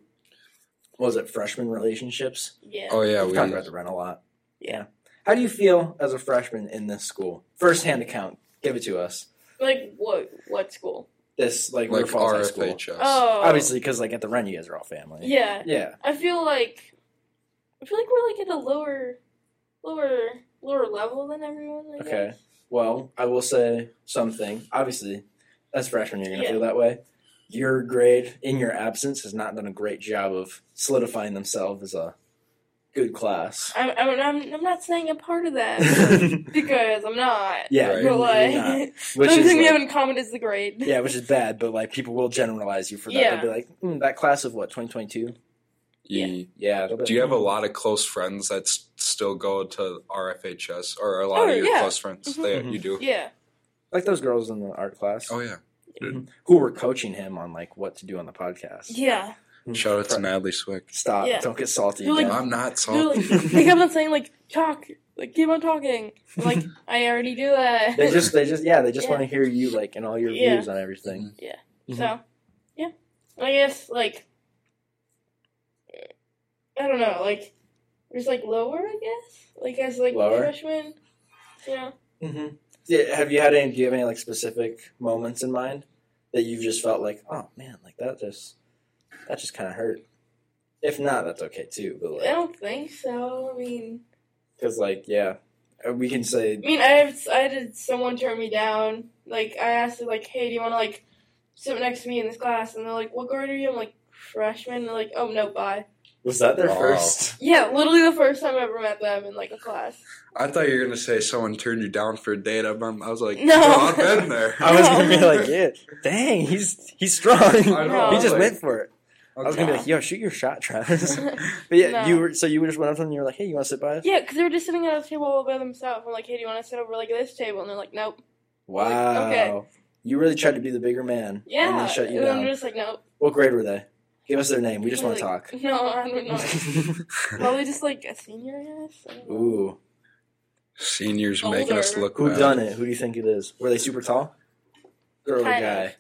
B: what was it freshman relationships?
C: Yeah.
A: Oh yeah,
B: we
A: we
B: talked about the rent a lot.
C: Yeah.
B: How do you feel as a freshman in this school? First hand account. Give it to us.
C: Like what? What school?
B: This like,
A: like
B: River Falls High School.
A: RFHS.
C: Oh,
B: Obviously, because like at the rent, you guys are all family.
C: Yeah.
B: Yeah.
C: I feel like I feel like we're like at a lower, lower, lower level than everyone. I
B: Okay.
C: guess.
B: Well, I will say something. Obviously, as freshmen, you're gonna
C: Yeah.
B: feel that way. Your grade in your absence has not done a great job of solidifying themselves as a good
C: *laughs*
B: class.
C: I'm, I'm, I'm, I'm not saying I'm part of that
B: *laughs* yeah,
C: because I'm not.
A: Right.
C: But
B: you're
C: like,
B: not,
C: the
B: which
C: only
B: is
C: thing we
B: like-
C: have in common is the grade.
B: *laughs* yeah, which is bad. But like, people will generalize you for that.
C: Yeah.
B: They'll be like, mm, that class of what 2022.
A: Ye-
B: Yeah.
A: Do you have a lot of close friends that s- still go to RFHS, or a lot
C: Oh,
A: of your
C: yeah.
A: close friends?
C: Mhm.
A: They,
B: Mhm.
A: You do.
C: Yeah.
B: like those girls in the art class
A: Oh yeah.
B: who were coaching him on like what to do on the podcast?
C: Yeah.
A: Shout out to Natalie Swick.
B: Stop!
C: Yeah.
B: Don't get salty.
C: They're like-
B: man.
A: I'm not
C: They're
A: salty.
C: like, they kept on saying like talk, like keep on talking.
B: *laughs*
C: I'm like I already do that.
B: they just they just yeah they just
C: Yeah.
B: want to hear you like and all your
C: Yeah.
B: views on everything.
C: *laughs* So, yeah. I guess, like, I don't know, like, there's, like, lower, I guess? Like, as, like,
B: Lower?
C: freshman? Yeah.
B: Mm-hmm. Yeah, have you had any? Do you have any like specific moments in mind that you've just felt like oh man like that just that just kind of hurt? If not, that's okay too. But
C: I
B: like
C: don't think so. I mean,
B: because like yeah, uh, we can say
C: I mean, I have, I had someone turn me down. Like, I asked, her, like, hey, do you want to, like, sit next to me in this class? And they're like, what grade are you? I'm like, freshman. And they're like, oh, no, bye.
B: was that their
A: Wow.
B: first.
C: Yeah, literally the first time I ever met them in, like, a class.
A: I thought you were gonna say someone turned you down for a date. I'm, I'm- I was like,
C: No.
A: no, I've been there.
B: *laughs* *laughs* I was gonna be
C: No.
B: like, yeah, dang, he's he's strong.
C: know,
B: he just
A: like-
B: went for it. I was gonna be
C: Okay.
B: like, yo, shoot your shot,
C: *laughs*
B: Travis. But yeah,
C: No.
B: you were so you just went up to them and you were like, hey, you want to sit by us?
C: Yeah, because they were just sitting at a table all by themselves. I'm like, hey, do you want to sit over like this table? And they're like, nope.
B: Wow.
C: Okay.
B: You really tried to be the bigger man.
C: Yeah.
B: And they shut you
C: And I'm
B: down.
C: just like, nope.
B: What grade were they? Give us their name. We just want to
C: Like,
B: talk.
C: No, I
B: *laughs*
C: don't know. Probably just like a senior, I guess. I don't know.
B: Ooh.
A: *laughs* Seniors making us
C: Older.
A: look
B: Who
A: bad.
B: done it? Who do you think it is? Were they super tall? Girl or
C: Kind of.
B: guy?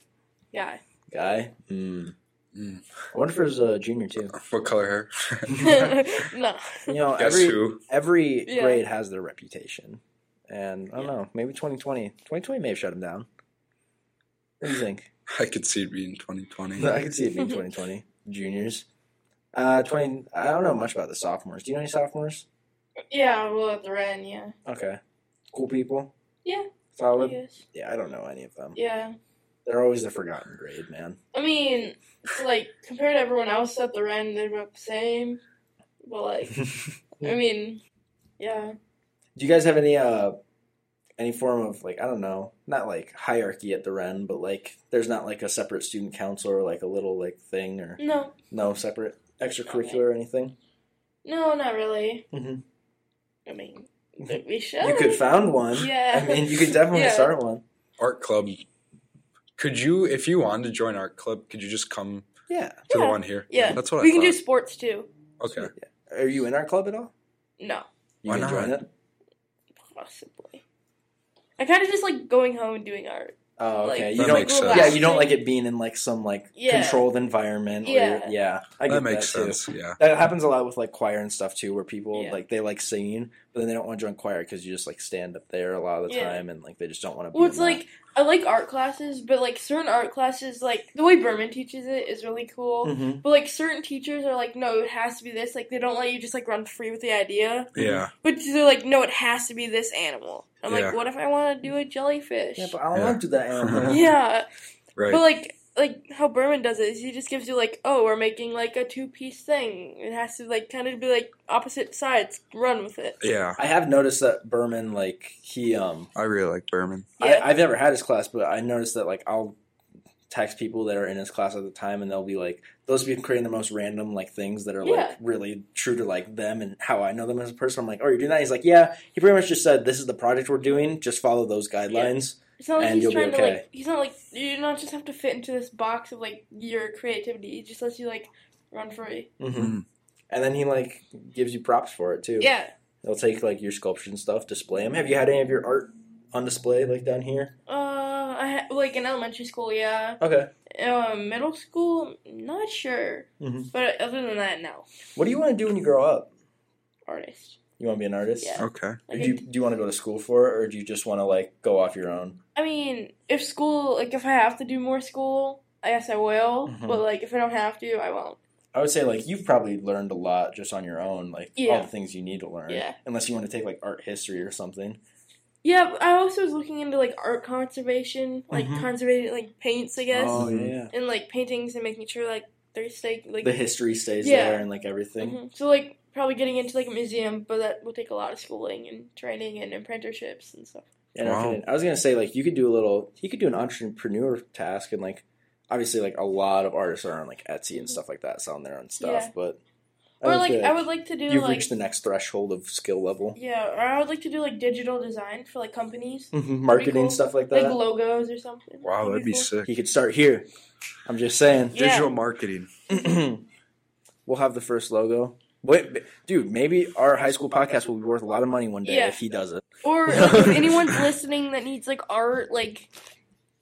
C: Yeah. *laughs*
B: Guy? Mm.
A: Mm.
B: I wonder if there's a junior too.
A: What color
B: *laughs*
A: hair? *laughs*
C: no.
B: You know,
A: Guess
B: every
A: who?
B: every
C: Yeah.
B: grade has their reputation. And I don't know, maybe 2020. 2020 may have shut him down. What do
A: *laughs*
B: you think?
A: I could see it being 2020.
B: I could see it being 2020. Juniors. Uh, 20. I don't know much about the sophomores. Do you know any sophomores?
C: Yeah, well, at the Ren, yeah.
B: Okay. Cool people?
C: Yeah. I
B: Solid?
C: guess.
B: Yeah, I don't know any of them.
C: Yeah.
B: They're always the forgotten grade, man. *laughs*
C: I mean, it's like, compared to everyone else at the Ren, they're about the same. But, like, I mean, yeah.
B: Do you guys have any, uh, any form of like I don't know, not like hierarchy at the Ren, but like there's not like a separate student council or like a little like thing or
C: No.
B: no separate extracurricular or anything.
C: No, not really.
B: Mhm.
C: I mean, but we should.
B: You could found one.
C: Oh, Yeah.
B: I mean, you could definitely
C: Yeah.
B: start one.
A: Art club. Could you, if you wanted to join art club, could you just come
B: Yeah.
A: to
C: Yeah.
A: the one here?
C: Yeah.
A: that's what
C: we
A: I
C: can do
A: thought.
C: sports too.
A: Okay,
B: Are you in our club at all?
C: No,
B: You
A: Why
B: can
A: not?
B: join it.
C: possibly. I kind of just like going home and doing art.
B: Oh,
C: Like,
B: okay. you
A: That
B: don't.
A: makes sense.
B: Yeah, you don't like it being in like some like
C: Yeah.
B: controlled environment. where
C: Yeah.
B: you're- yeah. I get
A: that makes
B: too.
A: sense. Yeah,
B: That happens a lot with like choir and stuff too, where people
C: Yeah.
B: like they like singing, but then they don't want to join choir because you just like stand up there a lot of the
C: Yeah.
B: time, and like they just don't want to.
C: Well, it's like I like art classes, but like certain art classes, like the way Berman teaches it is really cool.
A: Hmm.
B: Mhm.
C: But like certain teachers are like, no, it has to be this. Like they don't let you just like run free with the idea.
B: Mm-hmm.
A: yeah.
C: But they're like, no, it has to be this animal. I'm
A: Yeah.
C: like, what if I want to do a jellyfish?
B: yeah, but I don't
A: Yeah.
B: want to do that. Animal.
C: *laughs* Yeah,
A: Right.
C: but like. Like how Berman does it is he just gives you like oh we're making like a two piece thing it has to like kind of be like opposite sides run with it
A: yeah,
B: I have noticed that Berman, like he, um,
A: I really like Berman.
C: Yeah.
B: I, I've never had his class, but I noticed that like I'll text people that are in his class at the time, and they'll be like, those people creating the most random like things that are
C: Yeah.
B: like really true to like them and how I know them as a person. I'm like, oh, you're doing that? He's like, yeah. He pretty much just said, this is the project we're doing. Just follow those guidelines.
C: It's not like
B: And
C: he's
B: you'll be
C: trying to
B: okay.
C: like. He's not like you don't just have to fit into this box of like your creativity. He just lets you like run free.
A: Mm.
B: hmm And then he like gives you props for it too.
C: Yeah.
B: They'll take like your sculpture and stuff, display them. Have you had any of your art on display like down here?
C: Uh, I ha- like in elementary school, yeah.
B: Okay.
C: Um, middle school, not sure.
A: Mm-hmm.
B: Mhm.
C: But other than that, no.
B: What do you want to do when you grow up?
C: Artist.
B: You want to be an artist?
C: Yeah.
A: Okay.
C: Like,
B: Do you, do you want to go to school for it, or do you just want to like go off your own?
C: I mean, if school, like if I have to do more school, I guess I will.
B: Mhm.
C: But like if I don't have to, I won't.
B: I would say like you've probably learned a lot just on your own, like all
C: Yeah.
B: the things you need to learn.
C: Yeah.
B: Unless you want to take like art history or something.
C: Yeah, but I also was looking into like art conservation, like
B: Mhm.
C: conservating like paints, I guess,
A: Oh,
B: yeah.
A: yeah.
C: and like paintings and making sure like they're stay like.
B: Mhm. The history stays
C: Yeah.
B: there and like everything.
C: Mhm. So like probably getting into like a museum, but that will take a lot of schooling and training and apprenticeships and stuff.
B: And I,
A: Wow.
B: could, I was gonna say like you could do a little. You could do an entrepreneur task and like obviously like a lot of artists are on like Etsy and stuff like that, selling their own stuff.
C: Mm-hmm. Yeah.
B: But
C: Or
B: would
C: like
B: feel
C: I would like to do
B: you've
C: like
B: reached the next threshold of skill level,
C: yeah, or I would like to do like digital design for like companies,
B: Mm-hmm. marketing
C: cool.
B: stuff like
C: like
B: that.
C: logos or something.
A: Wow, that'd be
C: cool.
A: sick.
B: you could start here. I'm just saying.
C: Yeah.
A: Digital marketing.
B: *clears throat* we'll have the first logo. Wait, b- dude, maybe our high school podcast will be worth a lot of money one day
C: Yeah.
B: if he does it. *laughs*
C: Or like, if anyone's listening that needs like art, like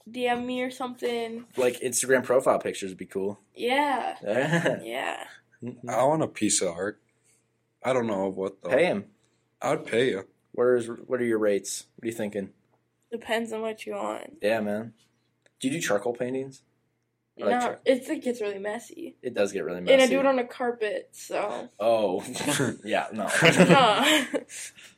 C: DM me or something.
B: Like Instagram profile pictures would be cool. *laughs*
C: Yeah,
B: Pay
C: yeah.
A: I want a piece of art. I don't know what though.
B: him.
A: I'd pay you.
B: What are his, what are your rates? What are you thinking?
C: Depends on what you want.
B: Yeah, man. Do you do charcoal paintings? I like
C: No,
B: charcoal.
C: it's it gets really messy.
B: It does get really messy.
C: and I do it on a carpet,
B: *laughs*
C: so
B: oh, *laughs* yeah,
C: *laughs*
B: no.
C: no.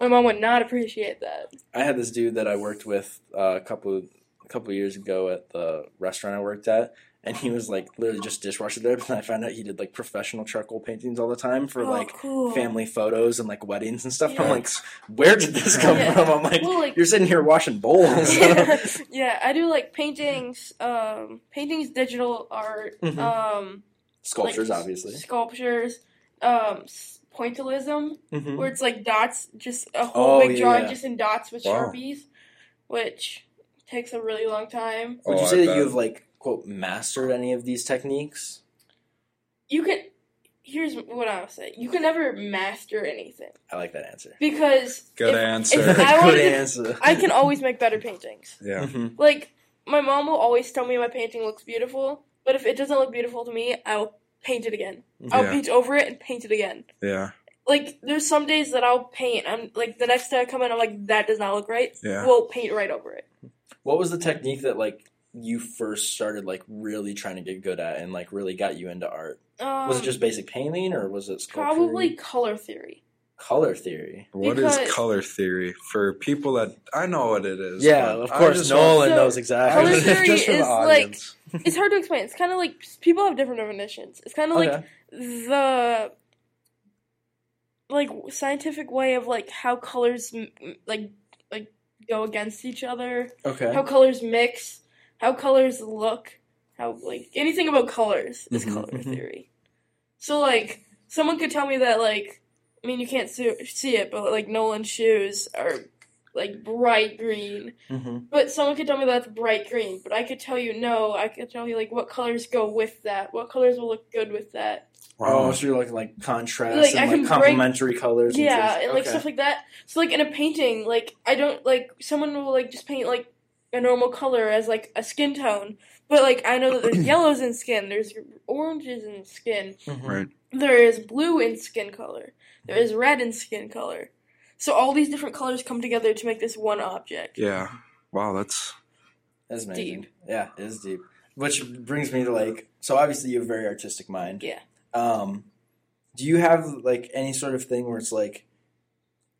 C: my mom would not appreciate that.
B: I had this dude that I worked with uh, a couple a couple years ago at the restaurant I worked at, and he was like literally just dishwasher there. But I found out he did like professional charcoal paintings all the time for
C: oh,
B: like
C: cool.
B: family photos and like weddings and stuff. I'm
C: Yeah.
B: like, where did this come
C: Yeah.
B: from? I'm like,
C: *laughs* Well, like- *laughs*
B: you're sitting here washing bowls. *laughs*
C: yeah, Um, yeah, I do like paintings, um, paintings, digital art,
B: Mhm.
C: um, like,
B: Sculptures, obviously.
C: sculptures, um, s- pointillism,
B: Mhm.
C: where it's like dots, just a whole
B: Oh,
C: big
B: yeah,
C: drawing
B: yeah.
C: just in dots with
A: Wow.
C: sharpies, which takes a really long time.
B: Would
A: Oh,
B: you
A: I
B: say that
A: bet.
B: you have like quote mastered any of these techniques?
C: You can. Here's what I'll say: you can never master anything
B: I like that answer.
C: because
A: Good
C: if-
A: answer.
C: if *laughs* I wanted
B: Good
C: to-
B: answer. *laughs*
C: I can always make better paintings.
A: *laughs* Yeah.
B: Mhm.
C: Like my mom will always tell me my painting looks beautiful, but if it doesn't look beautiful to me, I'll paint it again. I'll
A: Yeah.
C: paint over it and paint it again.
A: Yeah.
C: Like there's some days that I'll paint. I'm like the next day I come in, I'm like that does not look right.
A: Yeah.
C: We'll paint right over it.
B: What was the technique that like you first started like really trying to get good at and like really got you into art?
C: Um,
B: was it just basic painting or was it sculpture?
C: probably color theory?
B: color theory?
A: What is
C: Because-
A: color theory for people that I know what it is?
B: Yeah,
A: but
B: of
A: I
B: course,
A: just
B: Nolan
C: So,
B: knows
A: want-
B: exactly.
A: I
C: Color
A: *laughs* just-
B: *laughs*
C: theory
A: just for the
C: is, like,
A: audience.
C: it's hard to explain. It's kind of like people have different definitions. It's kind of like
B: Okay.
C: the like scientific way of like how colors m- m- like like go against each other,
B: Okay.
C: how colors mix, how colors look, how like anything about colors is
A: Mhm,
C: color
B: mhm.
C: theory. So like someone could tell me that like I mean you can't see, see it, but like Nolan's shoes are like bright green
B: hmm
C: but someone could tell me that's bright green, but I could tell you no. I could tell you like what colors go with that. What colors will look good with that.
B: Oh,
A: Wow.
B: so you're like like contrast
C: Like, I
B: and like
C: can break-
B: complementary colors. And
C: yeah,
B: things.
C: and like
B: Okay.
C: stuff like that. So like in a painting, like I don't like someone will like just paint like a normal color as like a skin tone, but like I know
B: *clears throat*
C: that there's yellows in skin, there's oranges in skin,
B: Mhm.
A: Right.
C: there is blue in skin color, there is red in skin color. So all these different colors come together to make this one object.
A: Yeah. Wow, that's
B: That's amazing.
C: Deep.
B: Yeah, it is deep. Which brings me to like, so obviously you have a very artistic mind.
C: Yeah.
B: Um, do you have like any sort of thing where it's like,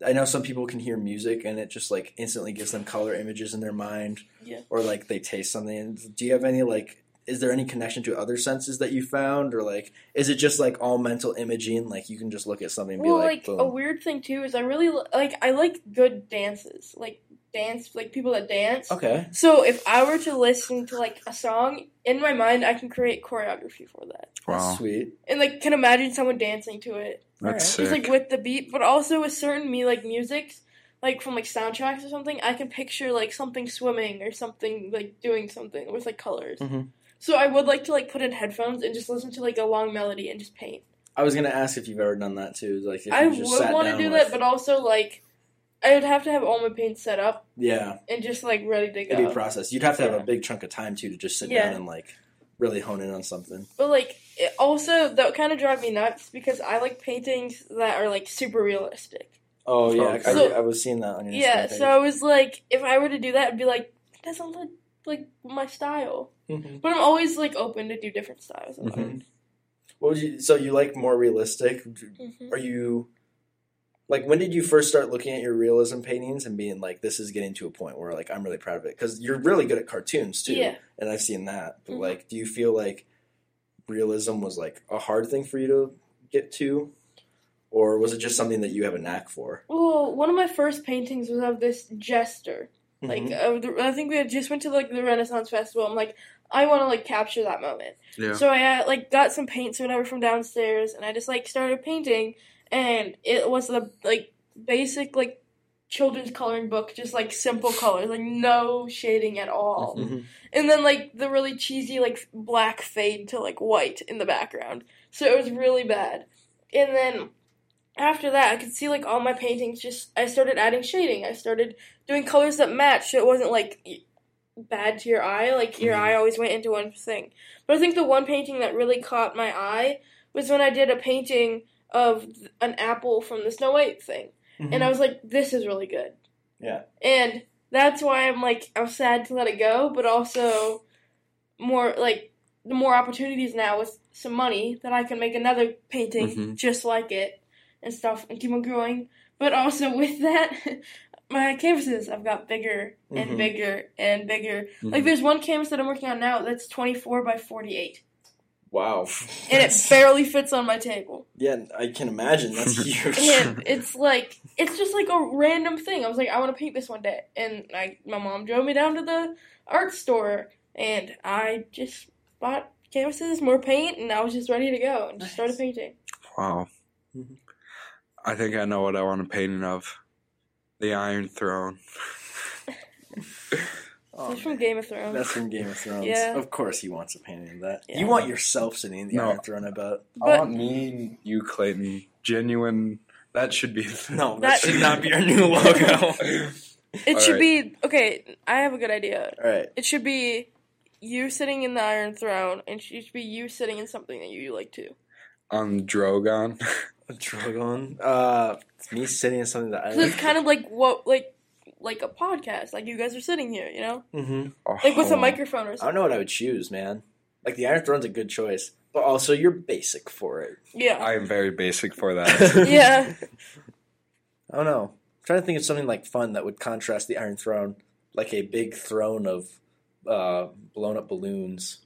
B: I know some people can hear music and it just like instantly gives them color images in their mind,
C: Yeah.
B: or like they taste something. Do you have any like? Is there any connection to other senses that you found, or like, is it just like all mental imaging? Like you can just look at something and be
C: Well,
B: like,
C: like,
B: boom.
C: a weird thing too is I really li- like I like good dances, like dance, like people that dance.
B: Okay.
C: So if I were to listen to like a song in my mind, I can create choreography for that,
A: Wow,
B: Sweet.
C: and like can imagine someone dancing to it,
A: that's
C: just like
A: sick.
C: with the beat, but also with certain me like music, like from like soundtracks or something. I can picture like something swimming or something like doing something with like colors.
B: Mhm.
C: So I would like to like put in headphones and just listen to like a long melody and just paint.
B: I was gonna ask if you've ever done that too. Like, if
C: I
B: you just
C: would
B: sat
C: want to
B: down
C: do
B: with-
C: that, but also like I would have to have all my paints set up
B: yeah,
C: and just like ready to
B: it'd be
C: go.
B: a process. You'd have to have
C: Yeah.
B: a big chunk of time too to just sit
C: Yeah.
B: down and like really hone in on something.
C: but like it also that kind of drive me nuts because I like paintings that are like super realistic.
B: Oh yeah, I-
A: So-
B: I, I was seeing that on your
C: yeah,
B: Instagram page.
C: so I was like, if I were to do that, I'd be like, that doesn't look like my style.
B: Mhm.
C: But I'm always like open to do different styles.
B: Mm-hmm.
C: of art.
A: Mhm.
B: What would you? So you like more realistic?
C: Mhm.
B: Are you? Like when did you first start looking at your realism paintings and being like, "This is getting to a point where like I'm really proud of it"? Because you're really good at cartoons too,
C: Yeah.
B: and I've seen that. But
C: Mhm.
B: like, do you feel like realism was like a hard thing for you to get to, or was it just something that you have a knack for?
C: Well, one of my first paintings was of this jester.
B: Mhm.
C: Like, of the, I think we had just went to like the Renaissance Festival. I'm like, I want to like capture that moment.
A: Yeah.
C: So I uh, like got some paints or whatever from downstairs, and I just like started painting, and it was the like basic like children's coloring book, just like simple colors, like no shading at
B: *laughs*
C: all,
B: Mhm.
C: and then like the really cheesy like black fade to like white in the background. So it was really bad, and then. After that, I could see like all my paintings. Just I started adding shading. I started doing colors that matched, so it wasn't like y- bad to your eye. Like your
B: Mhm.
C: eye always went into one thing. But I think the one painting that really caught my eye was when I did a painting of th- an apple from the Snow White thing.
B: Mm-hmm.
C: And I was like, this is really good.
B: Yeah.
C: And that's why I'm like, I'm sad to let it go, but also more like the more opportunities now with some money that I can make another painting
A: Mhm.
C: just like it and stuff and keep on growing. But also *laughs* with that, my canvases I've got bigger and
B: Mhm.
C: bigger and bigger like
A: Mhm.
C: there's one canvas that I'm working on now that's 24 by 48,
B: wow,
C: and it
B: *laughs*
C: barely fits on my table.
B: yeah, I can imagine *laughs* that's huge.
C: And it's like it's just like a random thing. I was like, I want to paint this one day, and I my mom drove me down to the art store, and I just bought canvases, more paint, and I was just ready to go and just started
B: Nice.
C: painting.
A: Wow.
B: Mhm.
A: I think I know what I want to paint of. The Iron Throne.
B: Oh,
C: it's from Game of Thrones.
B: That's from Game of Thrones.
C: Yeah.
B: Of course, he wants a painting of that.
C: Yeah.
B: You want yourself sitting in the
A: No.
B: Iron Throne, I bet.
A: I
C: But-
A: want me and you, Clayton. Genuine. That should be. *laughs*
C: *laughs*
B: No,
C: That-
B: that should not be our new *laughs* logo.
C: it should
A: Alright.
C: be okay. I have a good idea.
B: All right.
C: It should be you sitting in the Iron Throne, and it should be you sitting in something that you like too.
A: *laughs* On Drogon.
B: A Drogon. Uh, it's me sitting in something that I
C: Because it's kind of like what, like, like a podcast. Like you guys are sitting here, you know,
B: Mhm.
C: like with a
A: Oh.
C: microphone or
B: I don't
C: something.
B: know what I would choose, man. Like the Iron Throne's a good choice, but also you're basic for it.
C: Yeah,
A: I am very basic for that.
B: *laughs*
C: *laughs* yeah.
B: I don't know. I'm trying to think of something like fun that would contrast the Iron Throne, like a big throne of uh, blown up balloons.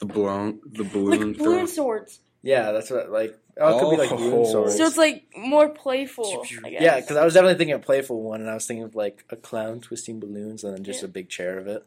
A: the blown, the balloon
C: like balloon
A: throne.
C: swords.
B: Yeah, that's what like. Oh, it could be like balloon
A: Oh.
B: swords.
C: So it's like more playful. I guess.
B: Yeah, because I was definitely thinking a playful one, and I was thinking of like a clown twisting balloons and then just
C: Yeah.
B: a big chair of it.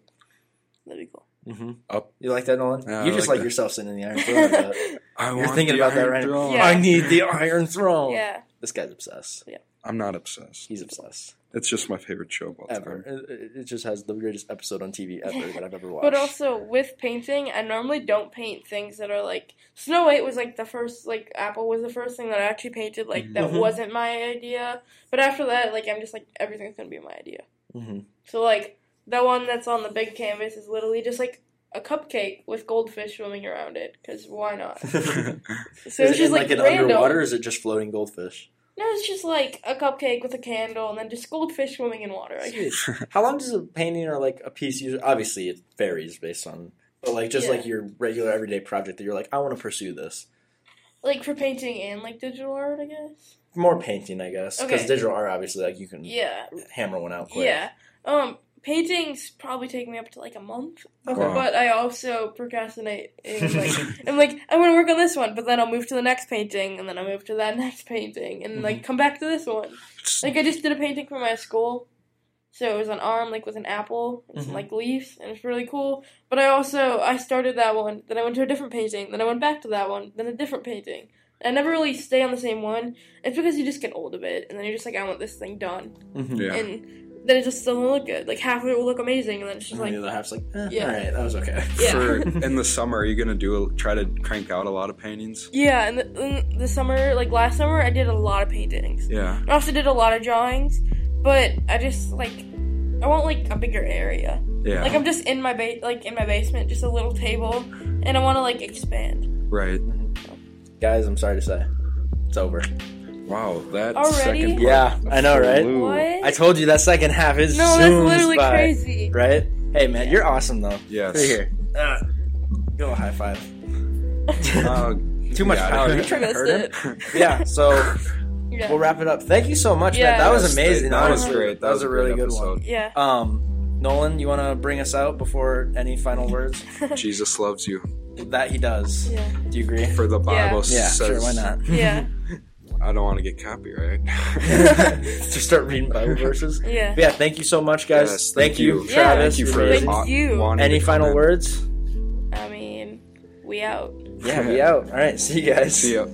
C: that'd be cool.
B: Mm-hmm.
A: Up.
B: You like that, Nolan?
A: Yeah, I
B: you just
A: like
B: like
A: that.
B: yourself sitting in the Iron
C: *laughs*
B: Throne. I bet.
A: I
B: You're
A: want
B: thinking
A: the
B: about that
A: Iron
B: right now.
A: Throne.
C: Yeah.
B: I need the Iron Throne.
C: Yeah,
B: This guy's obsessed.
A: I'm not obsessed.
B: He's obsessed.
A: It's just my favorite show of all
B: Ever.
A: time.
B: It, it- it just has the greatest episode on TV ever that I've ever watched.
C: *laughs* but also with painting, I normally don't paint things that are like Snow White was like the first, like Apple was the first thing that I actually painted. Like that
B: Mhm.
C: wasn't my idea. But after that, like I'm just like everything's gonna be my idea. *laughs*
B: *laughs* Mhm.
C: So like the one that's on the big canvas is literally just like a cupcake with goldfish swimming around it. Cause
B: *laughs*
C: why not? *laughs*
A: *laughs*
C: So
B: is
C: it's
B: it in,
C: just
B: like,
C: like,
B: an
C: random.
B: underwater, or is it just floating goldfish?
C: No, it's just like a cupcake with a candle and then just goldfish swimming in
B: *laughs*
C: water. I guess.
B: Sweet. How long does a painting or like a piece usually? Obviously, it varies based on, but like just
C: Yeah.
B: like your regular everyday project that you're like, I want to pursue this.
C: Like for painting and like digital art, I guess.
B: More painting, I guess, because
C: Okay.
B: digital art obviously like you can
C: Yeah,
B: hammer one out quick.
C: yeah. Um, paintings probably take me up to like a month,
B: Okay.
A: Wow.
C: but I also procrastinate. And,
A: *laughs*
C: like, I'm like, I want to work on this one, but then I'll move to the next painting, and then I'll move to *laughs* that next painting, and like come back to this one.
A: It's-
C: Like I just did a painting for my school, So it was an arm like with an apple and some
B: Mhm.
C: like leaves, and it's really cool. But I also I started that one, then I went to a different painting, then I went back to that one, then a different painting. I never really stay on the same one. It's because you just get old of it, and then you're just like, I want this thing done,
B: Mhm.
A: Yeah.
C: and then it just doesn't look good. Like half of it will look amazing, and then it's
B: And
C: just like,
B: the other half's like, eh,
C: Yeah.
B: all right, that was okay. *laughs*
C: yeah. *laughs*
A: For in the summer, are you gonna do try to crank out a lot of paintings?
C: yeah. And the, and the summer, like last summer, I did a lot of paintings.
A: Yeah.
C: I also did a lot of drawings, but I just like I want like a bigger area.
A: Yeah.
C: Like I'm just in my ba- like in my basement, just a little table, and I want to like expand.
A: right.
B: Guys, I'm sorry to say, it's over.
A: Wow. That
C: Already?
A: second. part
B: Yeah, I know, right?
A: flew.
C: What?
B: I told you that second half is
C: no, that's
B: zooms
C: literally
B: by,
C: crazy.
B: right? Hey, man, you're awesome though.
A: Yes.
B: Right here. Uh, go
A: *laughs*
B: high five.
A: Uh,
B: Too much
A: yeah,
B: power.
A: you
C: I
A: trying to
C: missed
A: hurt *laughs* him?
C: it.
B: yeah. So
C: Yeah.
B: we'll wrap it up. Thank you so much,
C: Yeah.
B: man. That was
A: Yes,
B: amazing.
A: That was
B: honestly.
A: great.
B: That was a
A: great
B: really good
A: episode.
C: *laughs*
B: one.
C: yeah.
B: Um, Nolan, you want to bring us out before any final words?
A: Jesus loves you.
B: that he does.
C: Yeah.
B: Do you agree?
A: For the Bible
B: Yeah,
A: says.
B: sure.
A: *laughs*
B: Why not? *laughs*
C: Yeah.
A: I don't want to get copyright.
B: Just start
A: *laughs*
B: reading Bible verses.
C: Yeah.
B: But yeah, thank you so much, guys.
A: Yes,
B: thank,
A: thank you.
B: you,
C: Yeah,
B: Travis.
A: Thank you
B: You're
A: for
B: amazing.
C: Thank
A: wa-
C: you.
A: wanting
B: Any
A: to
B: final
A: come in.
B: words?
C: I mean, we out.
A: *laughs*
B: Yeah, we out. All right, see you guys.
A: See ya.